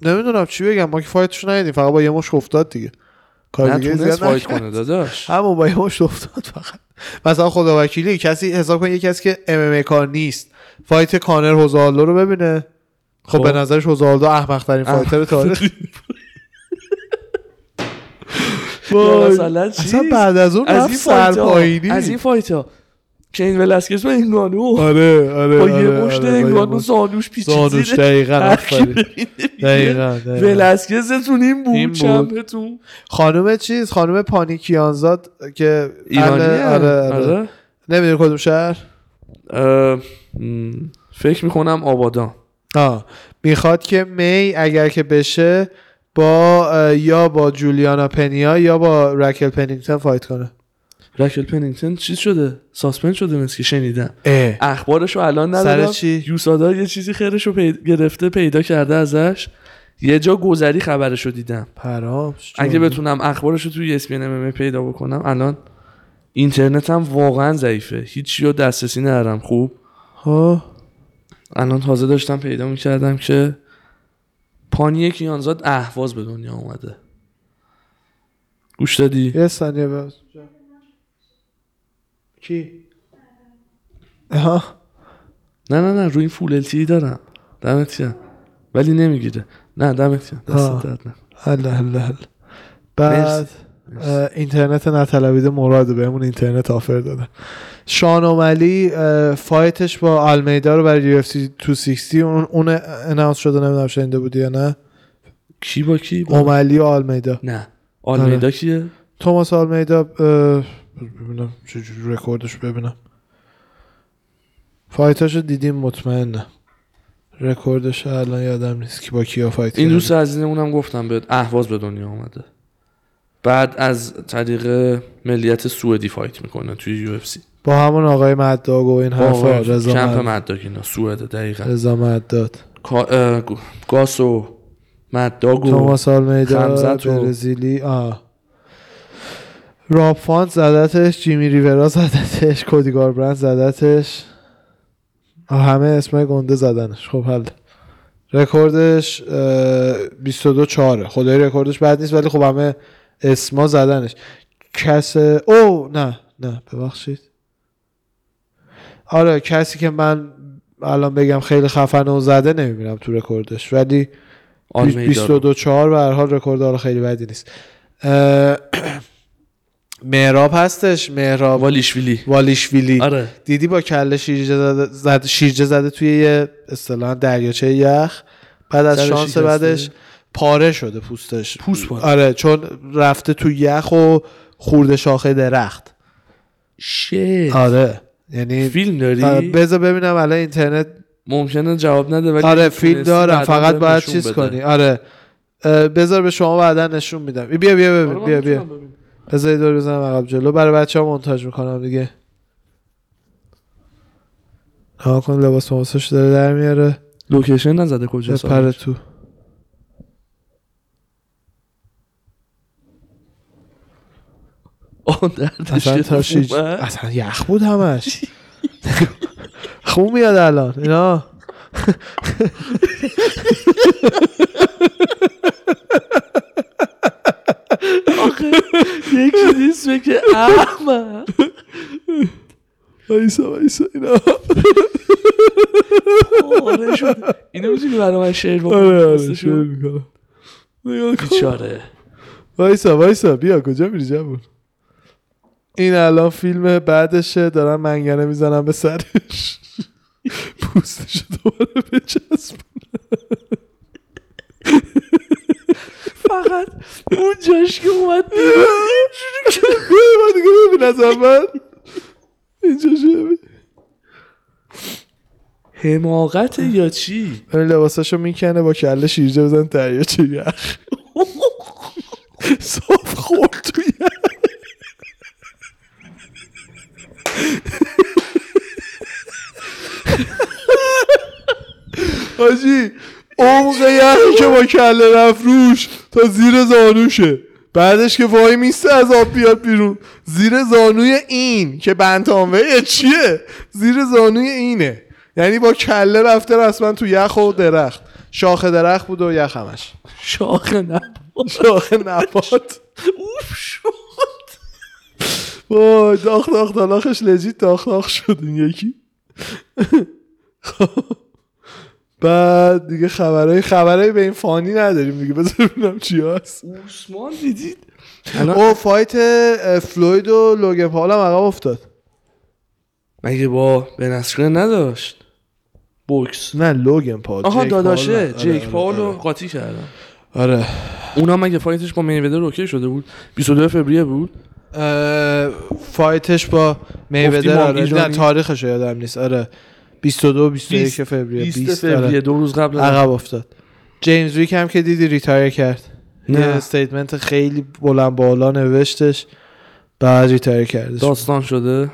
B: نمیدونم چی بگم ما که فایتشو ندیدیم فقط با یه مش افتاد دیگه کار دیگه
A: نتونست
B: زیاد
A: فایت
B: نکرد.
A: کنه داداش
B: همون با یه مشت افتاد فقط مثلا خدا وکیلی کسی حساب کن یه کسی که ام ام کار نیست فایت کانر هوزالدو رو ببینه خب
A: خب.
B: به نظرش هوزالدو احمق ترین فایتر تاریخ
A: یا
B: [LAUGHS] وای.
A: مثلا چیز.
B: اصلا بعد از [LAUGHS] اون
A: از این فایت
B: رفت
A: ها
B: سرپایینی
A: از این فایت ها کین ولاسکس و انگانو
B: آره آره
A: با
B: آره،
A: یه مشت
B: آره، با یه
A: انگانو
B: مشت.
A: زانوش پیچید
B: زانوش
A: زیر
B: دقیقاً
A: هرکی
B: آفرین.
A: ببینه میگه
B: دقیقاً، دقیقاً.
A: ولاسکزتون این بود
B: این بود.
A: چمپتون
B: خانم چیز خانم پانیکیانزاد که
A: ایرانیه
B: اهل- آره آره نمیدونی کدوم شهر
A: اه، م، فکر میکنم آبادان
B: آه. میخواد که می اگر که بشه با اه، یا با جولیانا پنیا یا با رکل پنینگتون فایت کنه
A: رکل پنینگتون چیز شده ساسپند شده مثل که شنیدم
B: اه.
A: اخبارشو الان
B: سر
A: ندارم
B: چی؟
A: یوسادا یه چیزی خیرشو پید... گرفته پیدا کرده ازش یه جا گذری خبرشو دیدم
B: پرام
A: اگه بتونم اخبارشو توی اس پیدا بکنم الان اینترنتم واقعا ضعیفه هیچی رو دسترسی ندارم خوب
B: ها
A: الان تازه داشتم پیدا میکردم که پانی کیانزاد اهواز به دنیا اومده گوش دادی؟
B: یه ثانیه بس کی ها
A: نه نه نه روی این فول التی دارم دمت گرم ولی نمیگیره نه دمت گرم
B: آه.
A: دست درد نکنه.
B: هلا هلا هلا بعد
A: مرسی.
B: اه، اینترنت نطلبیده مراد بهمون اینترنت آفر داده شان اوملی اه، فایتش با آلمیدا رو برای UFC 260 اون اون اناونس شده نمیدونم شنیده بودی یا نه
A: کی با کی با-
B: اوملی و آلمیدا
A: نه
B: آره.
A: آلمیدا کیه
B: توماس آلمیدا اه، ببینم چجوری رکوردش ببینم فایتاش رو دیدیم مطمئنم رکوردش الان یادم نیست که با کیا فایت
A: این
B: کرده.
A: دوست عزیزمون هم گفتم به اهواز به دنیا آمده بعد از طریق ملیت سوئدی فایت میکنه توی یو اف سی
B: با همون آقای مداگ و این حرفا رضا
A: کمپ
B: مد-
A: مداک اینا سوئد دقیقا
B: رضا مداد
A: کا- اه، گو- گاس و مداگ و
B: توماس آلمیدا
A: خمزت و-
B: برزیلی آه. راب فانت زدتش جیمی ریورا زدتش کودی گاربرند زدتش آه، همه اسمای گنده زدنش خب حل رکوردش 22 4 خدای رکوردش بد نیست ولی خب همه اسما زدنش کس او نه نه ببخشید آره کسی که من الان بگم خیلی خفنه و زده نمیبینم تو رکوردش ولی
A: آلمیدا رو.
B: 22 4 به هر حال رکورددار خیلی بدی نیست اه، [CLEARS THROAT] مهراب هستش مهراب
A: والیشویلی
B: والیشویلی
A: آره
B: دیدی با کله شیرجه زده, زد- شیرجه زده توی یه اصطلاحا دریاچه یخ بعد از
A: سرش
B: شانس
A: شکسته.
B: بعدش پاره شده پوستش
A: پوست پاره.
B: آره چون رفته تو یخ و خورده شاخه درخت
A: شیت
B: آره یعنی
A: فیلم
B: آره،
A: داری
B: بذار ببینم الان اینترنت
A: ممکنه جواب نده ولی
B: آره فیلم
A: تونستی
B: دارم
A: بعدا
B: فقط
A: بهم
B: باید
A: نشون
B: چیز
A: بده.
B: کنی آره اه، بذار به شما بعدا نشون میدم بیا بیا بیا
A: آره،
B: بیا
A: من
B: بیا, بیا.
A: میتونم ببینم.
B: بذار یه دور بزنم عقب جلو برای بچه ها مونتاژ میکنم دیگه ها کن لباس ماماسش داره در میاره
A: لوکیشن نزده آره. کجا
B: بپره تو
A: آن دردش
B: اصلا تا شیج-
A: اومد.
B: اصلا یخ
A: [LAUGHS]
B: بود همش خون میاد الان اینا
A: آخه یک چیزی اسمه که احمد
B: وایسا وایسا اینا
A: آره شد اینو میتونی برای من شعر
B: آره آره
A: بکنی
B: شروع می‌کنم. نگاه کن.
A: بیچاره
B: وایسا وایسا بیا کجا میری جوون این الان فیلم بعدشه دارن منگنه میزنن به سرش پوستش رو دوباره بچسب
A: فقط اون جاش که اومد بیرون.
B: من دیگه ببین از اول اینجا شده
A: حماقت یا چی
B: ببین لباساشو میکنه با کله شیرجه بزن دریاچه یخ صاف خورد تو یخ حاجی عمق یخی که با کله رفت روش تا زیر زانوشه بعدش که وای میسته از آب بیاد بیرون زیر زانوی این که بنتانوه چیه زیر زانوی اینه یعنی با کله رفته رسما تو یخ و درخت شاخه درخت بود و یخ همش
A: شاخه نبود
B: شاخه نبات
A: اوف شد
B: وای داخ داخ دالاخش لجیت داخ داخ شد این یکی خب. بعد دیگه خبرهای خبرهای به این فانی نداریم دیگه بذار ببینم چی هست
A: عثمان دیدید
B: او فایت اه، فلوید و لوگن پال هم عقب افتاد
A: مگه با بنسکره نداشت بوکس
B: نه لوگن پال
A: آها
B: جیک پال نه.
A: داداشه
B: آره،
A: جیک
B: آره،
A: پاول رو
B: آره.
A: قاطی کردن
B: آره
A: اونا مگه فایتش با میویدر اوکی شده بود 22 فوریه بود
B: اه، فایتش با
A: گفتیم
B: میودر
A: ما
B: آره نه
A: ایرانی.
B: تاریخش رو یادم نیست آره 22 21 فوریه
A: 20
B: 20
A: فوریه
B: آره.
A: دو روز قبل از-
B: عقب افتاد جیمز ویک هم که دیدی ریتایر کرد
A: نه.
B: یه استیتمنت خیلی بلند بالا نوشتش بعد ریتایر کردش
A: داستان شده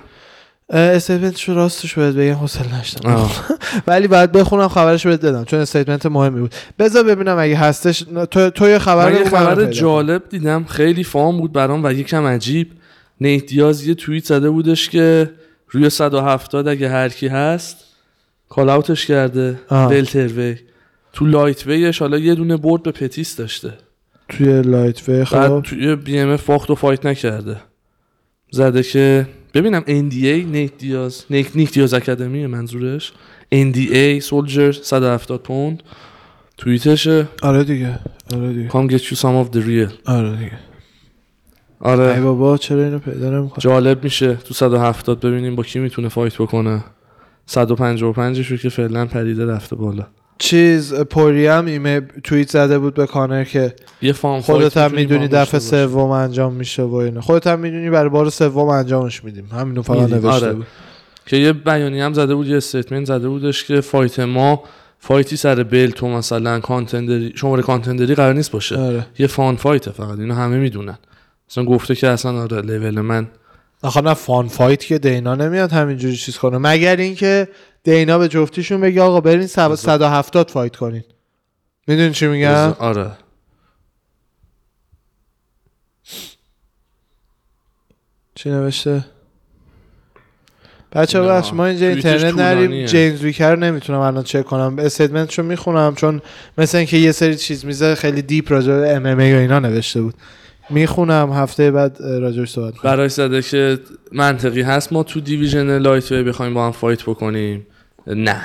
B: اه، استیتمنتش رو راستش باید بگم حوصله نشدم
A: آه.
B: [LAUGHS] ولی بعد بخونم خبرش بهت بدم چون استیتمنت مهمی بود بذار ببینم اگه هستش نه، تو, تو یه خبر
A: من یه
B: بگو، منم
A: خبر
B: پیدا کنم.
A: جالب دیدم خیلی فام بود برام و یکم عجیب نیت دیاز یه توییت زده بودش که روی 170 اگه هر کی هست کال اوتش کرده
B: آه.
A: ولتروی تو لایت ویش حالا یه دونه برد به پتیس داشته
B: توی لایت وی
A: بعد
B: خب
A: توی بی ام فاخت و فایت نکرده زده که ببینم NDA نیت دیاز نیک نیک دیاز اکادمی منظورش NDA سولجر 170 پوند توییتشه
B: آره دیگه آره دیگه
A: come get you some of the real
B: آره دیگه
A: آره
B: ای بابا چرا اینو پیدا نمی‌کنم
A: جالب میشه تو 170 ببینیم با کی میتونه فایت بکنه 155 رو که فعلا پریده رفته بالا
B: چیز پوریم ایمه توییت زده بود به کانر که
A: یه فان
B: خودت
A: فایت
B: هم
A: میتونیم
B: میدونی
A: با هم
B: دفعه
A: داشته باشیم.
B: سوم انجام میشه و اینا خودت هم میدونی برای بار سوم انجامش میدیم همینو فقط
A: می‌دیم.
B: نوشته
A: آره.
B: بود
A: که یه بیانیه هم زده بود یه استیتمنت زده بودش که فایت ما فایتی سر بلت و مثلا کانتندری شماره کانتندری قرار نیست باشه
B: آره
A: یه فان فایته فقط اینو همه میدونن مثلا گفته که اصلا آره لول من
B: آخه نه فان فایت که دینا نمیاد همینجوری چیز کنه مگر اینکه دینا به جفتیشون بگه آقا برین سب- 170 فایت کنین میدونی چی میگم
A: آره
B: چی نوشته بچه
A: نه.
B: بخش ما اینجا
A: توییتش
B: اینترنت نریم
A: طولانیه.
B: جیمز ویکر رو نمیتونم الان چک کنم استیتمنتشو میخونم چون مثل اینکه یه سری چیز میزه خیلی دیپ راجع به ام ام ای و اینا نوشته بود میخونم هفته بعد اه، راجعش صحبت کنم
A: برای زده که منطقی هست ما تو دیویژن لایت وی بخوایم با هم فایت بکنیم نه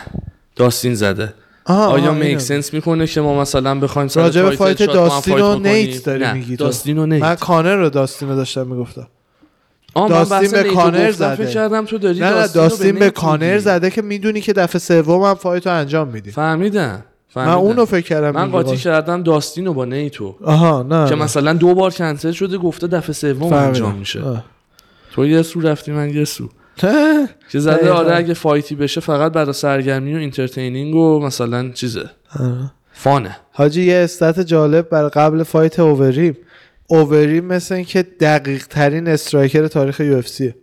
A: داستین زده
B: آها،
A: آیا
B: آها، اینو.
A: میک سنس میکنه که ما مثلا بخوایم سر
B: راجع به
A: تایتل
B: فایت
A: شات با هم
B: داستین
A: فایت
B: و
A: بکنیم؟
B: نیت داری
A: نه،
B: میگی تو.
A: داستین و نیت
B: من کانر رو داستین رو داشتم میگفتم
A: آه، من
B: داستین
A: بحث
B: به
A: نیت رو
B: کانر
A: گفتم،
B: زده.
A: فکر کردم تو داری
B: نه نه
A: داستین رو
B: داستین به
A: نیت
B: کانر
A: میگی.
B: زده که میدونی که دفعه سوم هم فایت رو انجام میدی
A: فهمیدم
B: من
A: فهمیدم.
B: اونو فکر کردم
A: من
B: میگی
A: قاطی
B: باش.
A: کردم داستین رو با نیتو
B: آها نه
A: که
B: نه.
A: مثلا دو بار کنسل شده گفته دفعه سوم
B: آره. فهمیدم.
A: انجام میشه
B: آه. [LAUGHS]
A: تو یه سو رفتی من یه سو
B: اه.
A: که زده
B: دقیقاً.
A: آره اگه فایتی بشه فقط برای سرگرمی و اینترتینینگ و مثلا چیزه
B: آه.
A: فانه
B: حاجی یه استت جالب برای قبل فایت اووریم اووریم مثل اینکه دقیق ترین استرایکر تاریخ یو اف سی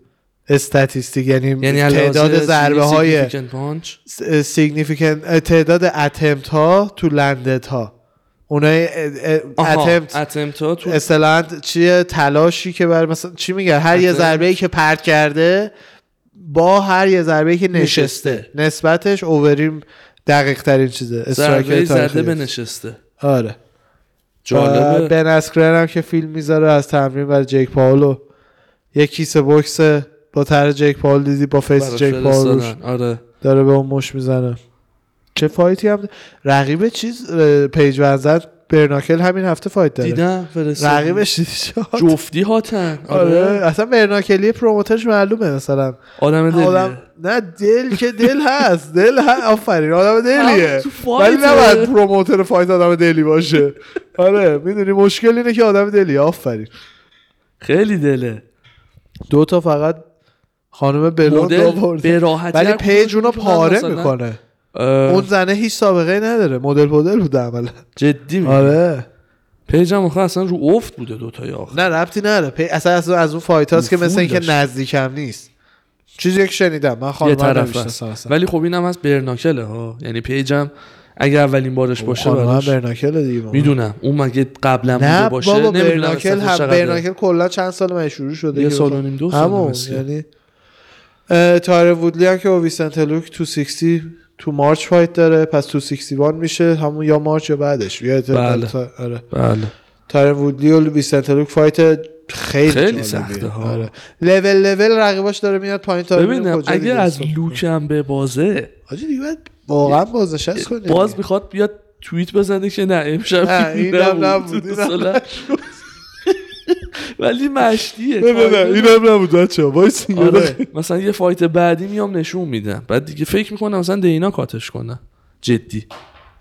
B: استاتیستیک یعنی,
A: یعنی
B: تعداد
A: علاوه
B: ضربه های
A: significant punch.
B: سیگنیفیکن تعداد اتمت ها تو لندت ها اونای
A: آها
B: اتمت
A: attempt ها تو
B: اصطلاحاً چیه تلاشی که بر مثلا چی میگن هر یه
A: attempt.
B: ضربه ای که پرت کرده با هر یه ضربه ای که نشسته
A: نشسته
B: نسبتش اووریم دقیق ترین چیزه استرایکر
A: ضربه
B: تاریخ
A: زده
B: یو
A: به
B: اف سی.
A: نشسته
B: آره و
A: جالبه
B: بن اسکرن هم که فیلم میذاره از تمرین برای جیک پاولو یه کیسه باکس با طرح جیک پاول دیدی با فیس
A: براش
B: جیک پاول روش
A: فرستادن. آره
B: داره به اون مش میزنه چه فایتی هم رقیب چیز اه، پیج ونزر برناکل همین هفته فایت داره
A: دیدم فرستادن.
B: رقیبش دیدی چه؟
A: جفتی هاتن آره
B: آره اصلا برناکلی پروموترش معلومه مثلا
A: آدم دلیه
B: آدم نه دل که دل هست دل هست آفرین آدم دلیه
A: آه، تو فایته.
B: ولی نباید پروموتر فایت آدم دلی باشه آره میدونی مشکل اینه که آدم دلیه آفرین
A: خیلی دله
B: دو تا فقط خانم بلوند
A: مدل به
B: آورده
A: راحتی
B: ولی
A: هر
B: پیج
A: کدوم
B: اونو
A: میتونن
B: پاره
A: مثلا-
B: میکنه
A: اه،
B: اون زنه هیچ سابقه ای نداره مدل پدل بوده عملا
A: جدی میگه آره.
B: آره
A: پیج هم آخه اصلا رو افت بوده دوتای آخر
B: نه ربطی نداره پی... اصلا از اون, از اون فایت هاست که
A: نفوذ
B: مثل اینکه
A: داشت.
B: نزدیکم نیست چیزی که شنیدم من
A: یه
B: خانم
A: طرف است ولی خب اینم از برناکله ها یعنی پیجم اگه اولین بارش باشه
B: خانم
A: براش
B: برناکل دیگه بابا.
A: میدونم اون مگه قبلا
B: نه
A: بوده باشه
B: بابا
A: نمی‌دونم
B: برناکل
A: اصلا
B: هم
A: چقدره.
B: برناکل کلا چند سال من شروع شده
A: یه
B: که
A: سال
B: بخوام.
A: و نیم، دو سال
B: همون
A: مثل.
B: یعنی اه، تایر وودلی هم که با ویسنت لوک تو 60 تو مارچ فایت داره پس تو 61 میشه همون یا مارچ یا بعدش یا
A: بله.
B: تا- آره
A: بله
B: تایر وودلی و ویسنت لوک فایت خیلی
A: خیلی
B: جالبیه.
A: سخته ها.
B: آره لول لول رقیباش داره میاد پایین تا ببینیم
A: ببینم
B: کجا
A: اگه
B: دیگه
A: از
B: صبح.
A: لوکم به بازه
B: حاجی دیگه باید واقعا بازنشست کنیم
A: باز میخواد بیاد توییت بزنه که نه امشب
B: خب نه،
A: فیلم نبود.
B: اینم نبود، اینم
A: مثلا. [LAUGHS] ولی مشتیه
B: نه نه نه اینم نبود بچه‌ها وایس
A: آره مثلا یه فایت بعدی میام نشون میدم بعد دیگه فکر میکنم مثلا دینا کاتش کنه جدی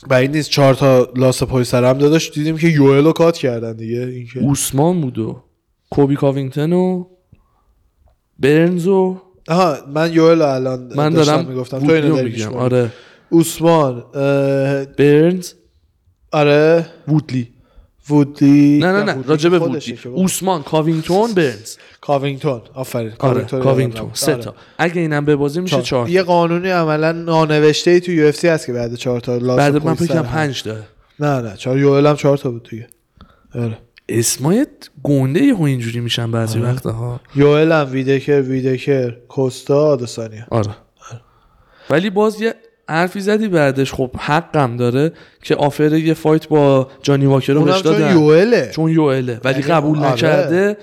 B: بعید نیست چهار تا لاس پای سر هم داداش دیدیم که یوئل رو کات کردن دیگه این که
A: اوسمان بود و کوبی کاوینگتن و برنز و
B: آها من یوئل رو الان
A: من
B: داشتم
A: دارم
B: میگفتم تو
A: وودی
B: اینو
A: رو
B: داری
A: میگم
B: میشماری.
A: آره
B: عثمان اه،
A: برنز
B: آره
A: وودلی
B: وودلی
A: نه نه نه
B: وودلی
A: راجب
B: خودشه
A: وودلی
B: که بابا.
A: اوسمان کاوینگتون برنز
B: کاوینگتون آفرین
A: آره
B: رو
A: کاوینگتون
B: یادم.
A: سه
B: آره.
A: تا اگه اینم به بازی میشه
B: چهار.
A: چهار
B: یه قانونی عملا نانوشته ای تو یو اف سی هست که بعد چهار تا لاس
A: بعد
B: پای
A: من
B: سر
A: فکرم
B: هم.
A: پنج داره
B: نه نه چهار یوئل هم چهار تا بود دیگه آره
A: اسمایت گنده یهو اینجوری میشن بعضی وقتا ها
B: یوئل هم ویدکر ویدکر کوستا آدسانیا
A: آره ولی باز یه حرفی زدی بعدش خب حقم داره که آفر یه فایت با جانی واکر رو
B: اونم
A: بهش
B: چون
A: دادن
B: یوئله
A: چون یوئله ولی
B: یعنی
A: قبول
B: آره.
A: نکرده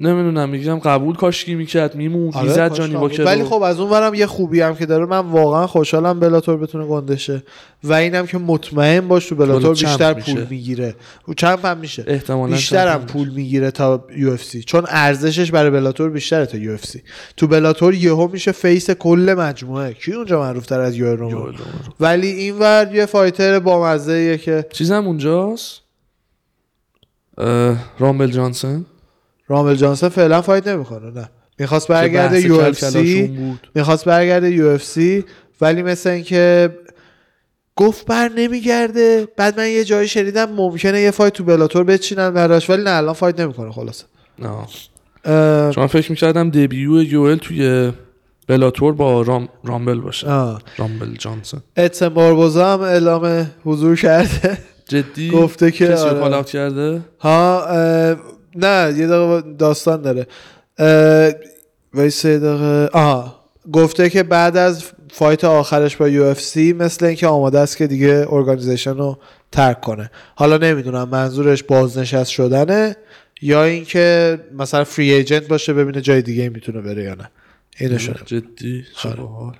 A: نمیدونم میگم قبول کاشکی میکرد میمون
B: آره،
A: میزد
B: کاش
A: جانی
B: نبود.
A: واکر
B: ولی
A: رو.
B: خب از اون ورم یه خوبی هم که داره من واقعا خوشحالم بلاتور بتونه گندشه و اینم که مطمئن باش تو بلاتور
A: بالا چمپ
B: بیشتر
A: میشه.
B: پول میگیره او چمپ هم میشه
A: احتمالاً
B: بیشتر هم
A: چمپ
B: پول میگیره تا یو اف سی چون ارزشش برای بلاتور بیشتره تا یو اف سی تو بلاتور یهو میشه فیس کل مجموعه کی اونجا معروف تر از یو رومان
A: یوئل رو.
B: ولی این ور یه فایتر بامزه ایه که
A: چیزم اونجاست اه، رامبل جانسن
B: رامل جانسون فعلا فایت نمیکنه نه میخواست
A: که
B: برگرده
A: بحث
B: یو اف
A: کلکلاشون
B: سی
A: بود
B: میخواست برگرده یو اف سی ولی مثل اینکه گفت بر نمیگرده بعد من یه جایی شنیدم ممکنه یه فایت تو بلاتور بچینن براش ولی نه الان فایت نمیکنه خلاصه
A: آه.
B: اه،
A: چون من فکر میکردم دبیو یوئل توی بلاتور با رام... رامبل باشه
B: آه.
A: رامبل جانسون
B: اتسن باربوزا هم اعلام حضور کرده
A: جدی
B: گفته که
A: کسی رو
B: آره.
A: کال آوت کرده
B: ها اه، نه یه دقیقه داستان داره اه، وایس یه دقیقه آها گفته که بعد از فایت آخرش با یو اف سی مثل اینکه آماده است که دیگه ارگانیزیشن رو ترک کنه حالا نمیدونم منظورش بازنشست شدنه یا اینکه مثلا فری ایجنت باشه ببینه جای دیگه میتونه بره یا نه اینو شده
A: جدی چه باحال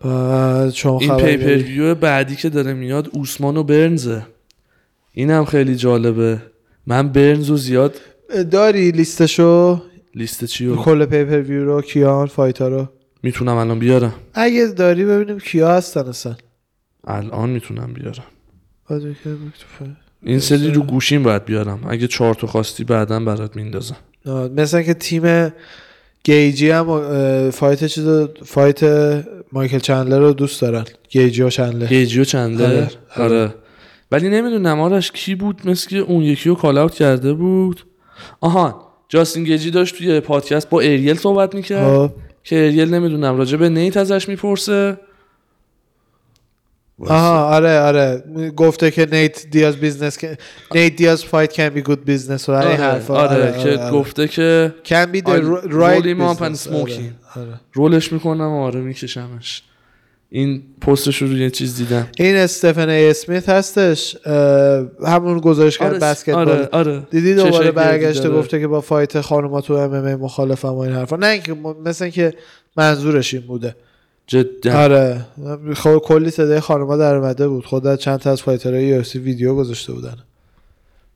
B: بعد شما
A: این
B: خبری
A: پیپر
B: داری؟
A: ویو بعدی که داره میاد اوسمان و برنزه اینم خیلی جالبه من برنز و زیاد
B: داری لیستشو
A: لیست چی رو
B: کل پیپر ویو رو کیان فایتا رو
A: میتونم الان بیارم
B: اگه داری ببینیم کیا هستن اصلا
A: الان میتونم بیارم
B: بعد که بکتفه.
A: این سری رو گوشیم باید بیارم اگه چهار تا خواستی بعدا برات میندازم
B: آه، مثلا که تیم گیجی هم اه، فایت چیز رو- فایت مایکل چندلر رو دوست دارن گیجی و چندلر
A: گیجی و چندلر
B: آره، آره.
A: آره ولی نمیدونم آرش کی بود مثل که اون یکی رو کال اوت کرده بود آهان جاستین گیجی داشت توی پادکست با اریل صحبت میکرد
B: خب.
A: که اریل نمیدونم راجع به نیت ازش میپرسه
B: آها آره آره گفته که نیت دیاز بیزنس نیت دیاز فایت کن بی گود بیزنس و این
A: آره,
B: حرفا
A: آره, که آره، گفته که
B: کن بی
A: I
B: the ri-
A: roll
B: right
A: him up and
B: business.
A: smoke
B: آره،
A: him.
B: آره.
A: رولش میکنم آره میکشمش این پستش رو روی چیز دیدم
B: این استفن ای اسمیت هستش اه، همون گزارشگر
A: آره
B: بسکتبال
A: آره, آره.
B: دیدی
A: چه شکلی آره.
B: دوباره برگشته
A: دیداره.
B: گفته که با فایت خانوما تو ام ام ای مخالفم و این حرفا نه اینکه م- مثل اینکه منظورش این بوده
A: جدا
B: آره خب کلی صدای خانوما در اومده بود خود از چند تا از فایترهای یو ویدیو گذاشته بودن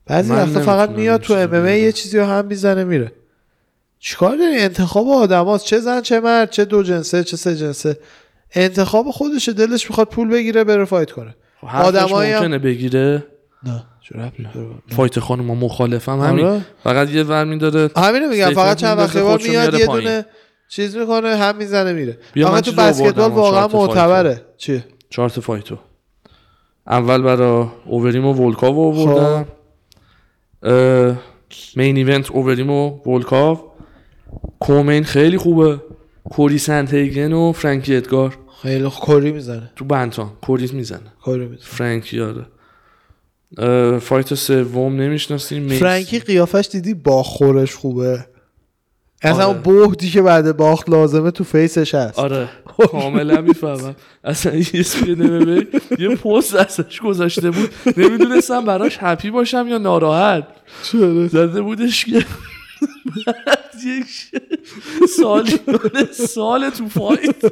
B: بعضی
A: من
B: وقتا فقط
A: نمی‌تونم این
B: میاد تو
A: چیزا
B: ام ام
A: رو
B: ای
A: ببینم.
B: یه چیزی رو هم میزنه میره چیکار داری انتخاب آدماست چه زن چه مرد چه دو جنسه چه سه جنسه انتخاب خودشه دلش میخواد پول بگیره بره فایت کنه
A: حرفش
B: آره، آدمایی هم-
A: ممکنه بگیره
B: نه جوراب نه
A: فایت خانم ما مخالفم همین
B: آره.
A: فقط یه ور میداره
B: همینو میگم
A: Statement
B: فقط چند وقت
A: میندازه،
B: یه بار
A: خودشو
B: میاد
A: میاره
B: یه
A: پایین.
B: دونه چیز میکنه هم میزنه میره
A: بیا
B: آقا
A: من
B: تو
A: چیز رو آوردم،
B: بسکتبال
A: آقا، چهار
B: واقعا
A: تا فایتر.
B: معتبره چیه
A: چارت فایتو اول برا اووریم و ولکاو
B: خب.
A: آوردم اه، مین ایونت اووریم و ولکاو کومین خیلی خوبه کوری سنتیگن و فرانکی ادگار
B: خیلی خ- کری میزنه
A: تو بنتان کوریز میزنه
B: کری میزنه
A: فرانکی آره اه، فایت سوم نمیشناسیم
B: فرانکی قیافش دیدی با خورش خوبه اصلا
A: آره.
B: اون بهدی که بعد باخت لازمه تو فیسش هست
A: آره کاملا میفهمم اصلا یه سری NMMA یه پست ازش گذاشته بود نمیدونستم براش هپی باشم یا ناراحت
B: چرا؟
A: زده بودش که بعد یک سالی سال تو فایت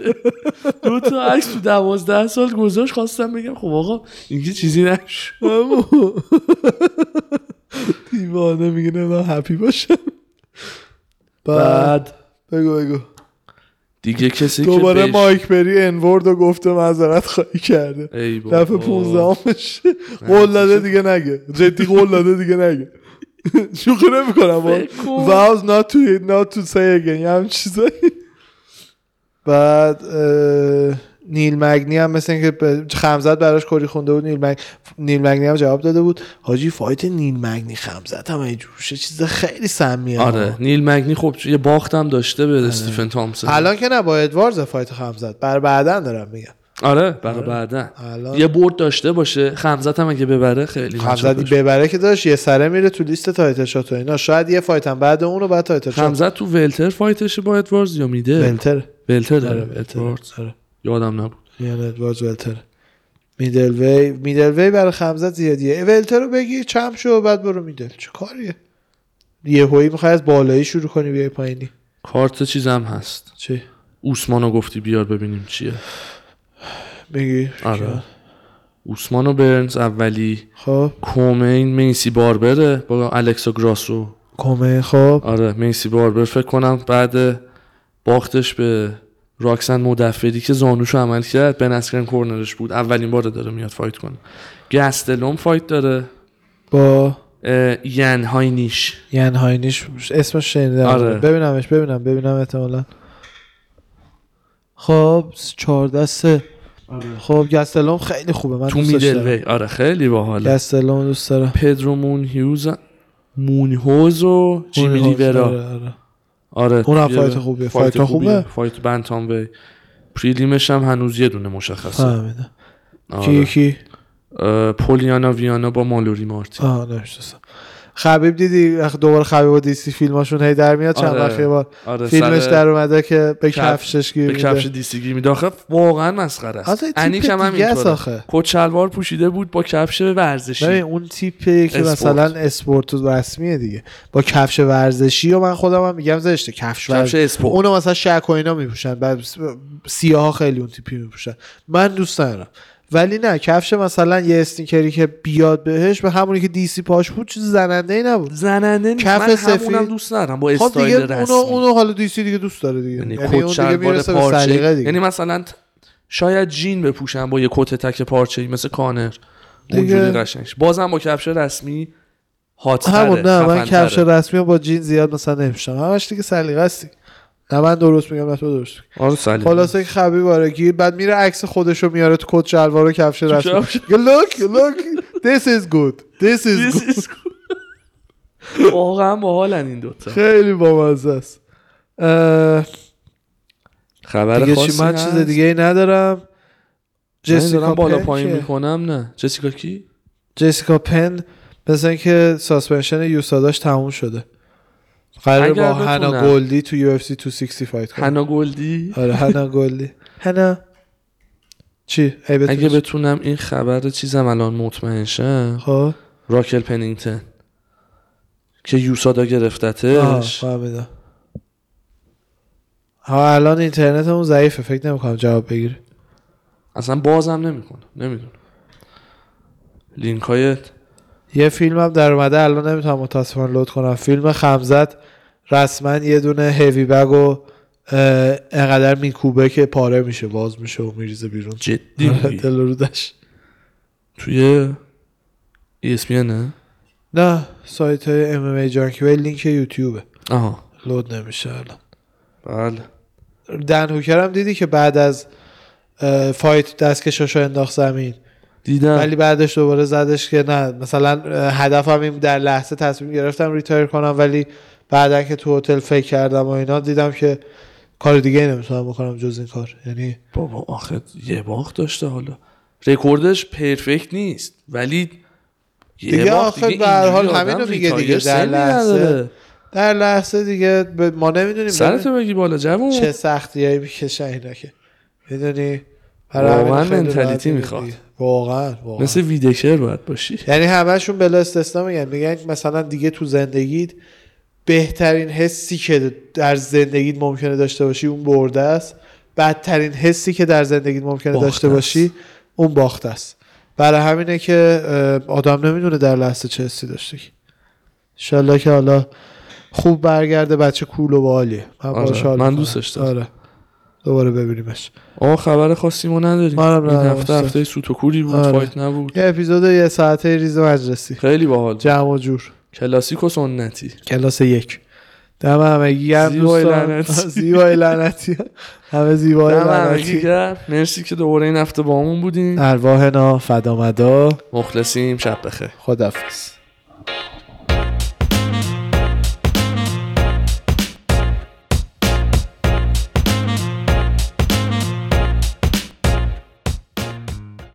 A: دو تا عکس تو دوازده سال گذاشت خواستم بگم خب آقا این که چیزی نشد
B: عمو. دیوانه میگه نه من هپی باشم بعد
A: بعد
B: بگو بگو
A: دیگه کسی که
B: دوباره
A: بهش-
B: مایک بری انورد و گفته معذرت خواهی کرده
A: ای بابا.
B: دفعه 15 همش قول داده دیگه نگه جدی قول داده دیگه نگه [LAUGHS] شوخی نمیکنم با
A: فکر کن.
B: vows not to not to say again یه همچین چیزایی بعد اه، نیل مگنی هم مثل اینکه به- خمزت براش کری خونده بود نیل, مگ... نیل مگنی هم جواب داده بود حاجی فایت نیل مگنی خمزت هم جوشه چیز خیلی سمیه
A: آره نیل مگنی خب یه باختم داشته به استیفن تامسون
B: الان که نه با ادواردز فایت خمزت بر بعدن دارم میگم
A: آره برای بعدن
B: الان-
A: یه برد داشته باشه خمزت هم اگه ببره خیلی
B: خمزدی
A: مشکل
B: ببره که داشت یه سره میره تو لیست تایتل شات و اینا شاید یه فایت هم بعد اون رو بعد تایتل شات
A: خمزت تو ولتر فایتش با ادواردز یا میده
B: ولتر
A: ولتر
B: آره،
A: ادواردز
B: آره.
A: یادم نبود
B: یعنی ادواردز ولتر میدل وی میدل وی برای خمزت زیادیه ولتر رو بگی چم شو و بعد برو میدل چه کاریه یه هویی میخوای از بالایی شروع کنی بیای پایینی
A: کارت چیزم هست
B: چی
A: اوسمانو گفتی بیار ببینیم چیه
B: میگی
A: آره اوسمانو برنز اولی
B: خب
A: کومین میسی باربره با الکسا گراسو
B: کمه خب
A: آره میسی باربر فکر کنم بعد باختش به راکسن مدفری که زانوشو عمل کرد به نسکرن کورنرش بود اولین بار داره میاد فایت کنه گستلوم فایت داره
B: با
A: اه، ین هاینیش
B: ین هاینیش یعنی اسمش شنیدم
A: آره.
B: ببینمش ببینم ببینم احتمالا خب 14 سه خب گستلوم خیلی خوبه من
A: آره. تو
B: دوستش
A: میدل
B: دارم.
A: وی آره خیلی باحاله
B: گستلوم دوست دارم
A: پدرو مون هیوز مون هوز و جیمی
B: اون-
A: لیورا
B: آره، آره.
A: آره
B: اونم
A: توی
B: فایت خوبیه. فایت خوبه.
A: فایت بنتام وی پریلیمش هم هنوز یه دونه مشخصه
B: فهمیدم کی
A: آره.
B: کی
A: اه، پولیانا ویانا با مالوری مارتی
B: آه نمی‌شناسم. خبیب دیدی دوباره خبیب و دیسی فیلماشون هی در میاد چند
A: آره.
B: وقت یه بار
A: آره،
B: فیلمش
A: سر-
B: در اومده که به
A: کف-
B: کفشش گیر
A: به کفش
B: میده
A: دیسی گیر میده آخه واقعا مسخره است
B: آخه یه تیپ
A: انیک هم
B: دیگه است
A: همینطوره
B: آخه.
A: کچلوار پوشیده بود با کفش
B: ببین
A: ورزشی
B: اون تیپی که
A: اسپورت.
B: مثلا اسپورت و رسمیه دیگه با کفش ورزشی و من خودم هم میگم زشته کفش
A: کفش
B: ورزشی
A: اسپورت
B: اونو مثلا شک و اینا میپوشن بعد س- سیاه ها خیلی اون تیپی میپوشن من دوست ندارم ولی نه کفش مثلا یه استینکری که بیاد بهش به همونی که دیسی پاش بود چیز زننده ای نبود
A: زننده نیست
B: کف
A: من همونم
B: سفید.
A: دوست ندارم با
B: خب
A: استایل
B: دیگه اونو,
A: رسمی
B: اونو حالا دیسی دیگه دوست داره دیگه
A: یعنی
B: یعنی,
A: کت
B: اون دیگه
A: شلوار
B: میرسه به
A: پارچه
B: سلیقه دیگه
A: یعنی مثلا ت- شاید جین بپوشم با یه کت تک پارچه مثل کانر اونجوری
B: دیگه-
A: قشنگش بازم با کفش رسمی هات
B: همون نه من کفش رسمی رو با جین زیاد مثلا نمیشم همش دیگه سلیقه هستی نه من درست میگم نه تو درست میگی.
A: آره، [LAUGHS]
B: خلاصه که خبی بارگی بعد میره عکس خودشو میاره تو کت شلوار و کفش رسمی
A: کفش.
B: میگه، look look this is good this is good
A: واقعا باحالن این دوتا
B: خیلی بامزه است اه،
A: خبر
B: دیگه چی
A: خاصی
B: من چیز
A: هست؟
B: دیگه ای ندارم
A: من دارم
B: جسیکا
A: بالا
B: پن
A: پایین
B: که-
A: میکنم نه جسیکا کی
B: جسیکا پن مثل اینکه ساسپنشن یوساداش تموم شده قرار
A: اگر
B: با هنا
A: بتونم.
B: گلدی تو یو اف سی 260 فایت کنه
A: هنا گلدی
B: خب. آره هنا گلدی هنا چی ای
A: اگه
B: بتونی
A: بتونم این خبر چیزم الان مطمئن شم
B: خب
A: راکل پنینگتن که یوسادا
B: آها،
A: گرفتتش
B: فهمیدم ها الان اینترنتمون ضعیفه فکر نمیکنم جواب بگیره
A: اصلا بازم نمیکنه نمیدونم لینک های
B: یه فیلم هم در اومده الان نمیتونم متاسفانه لود کنم فیلم خمزت رسما یه دونه هیوی بگ و اه، انقدر میکوبه که پاره میشه باز میشه و میریزه بیرون
A: جدی میگی؟
B: [LAUGHS] دل و رودش
A: توی E ESPN
B: نه سایت های ام ام ای جانکی ولی لینک یوتیوبه
A: آها
B: لود نمیشه الان
A: بله
B: دن هوکر هم دیدی که بعد از اه، فایت دستکشاشو انداخت زمین
A: دیدم
B: ولی بعدش دوباره زدش که نه مثلا اه، هدفم این در لحظه تصمیم گرفتم ریتایر کنم ولی بعدا که تو هتل فکر کردم و اینا دیدم که کار دیگه نمیتونم بکنم جز این کار یعنی
A: بابا آخه یه باخت داشته حالا رکوردش پرفکت نیست ولی یه
B: دیگه
A: باخت
B: آخه
A: دیگه
B: به هر
A: اینجوری
B: حال همین
A: آدم
B: رو میگه
A: ریتایر
B: دیگه، در
A: سنی
B: لحظه.
A: نداره.
B: در لحظه دیگه به- ما نمیدونیم یعنی
A: سرتو بگی بالا جوون
B: چه سختی هایی میکشن اینا که میدونی
A: واقعاً منتالیتی میخواد.
B: واقعا واقعا
A: مثل ویدکر باید باشی
B: یعنی همشون بلا استثنا میگن میگن مثلا دیگه تو زندگیت بهترین حسی که در زندگیت ممکنه داشته باشی اون برده است بدترین حسی که در زندگیت ممکنه
A: باخت
B: داشته
A: است.
B: باشی اون باخت است برای همینه که اه، آدم نمیدونه در لحظه چه حسی داشته که انشالله که حالا خوب برگرده بچه کول و بالیه من,
A: آره،
B: باهاش حال
A: من
B: می‌کنم.
A: دوستش دارم.
B: آره. دوباره ببینیمش
A: آقا خبر خاصی ما نداریم
B: منم
A: این
B: ندارم.
A: هفته هفته سوت و کوری بود
B: آره.
A: فایت نبود
B: یه اپیزود یه ساعته ریز مجلسی
A: خیلی باحال
B: جمع و جور
A: کلاسیک و سنتی
B: کلاس یک دم همگی گرم
A: زیبای
B: دوستان.
A: لعنتی.
B: [LAUGHS] زیبای لعنتی همه زیبای
A: دم همگی
B: لعنتی
A: گرم. مرسی که دوباره این هفته با همون بودین
B: ارواحنا فدامدا
A: مخلصیم شب بخیر
B: خدافز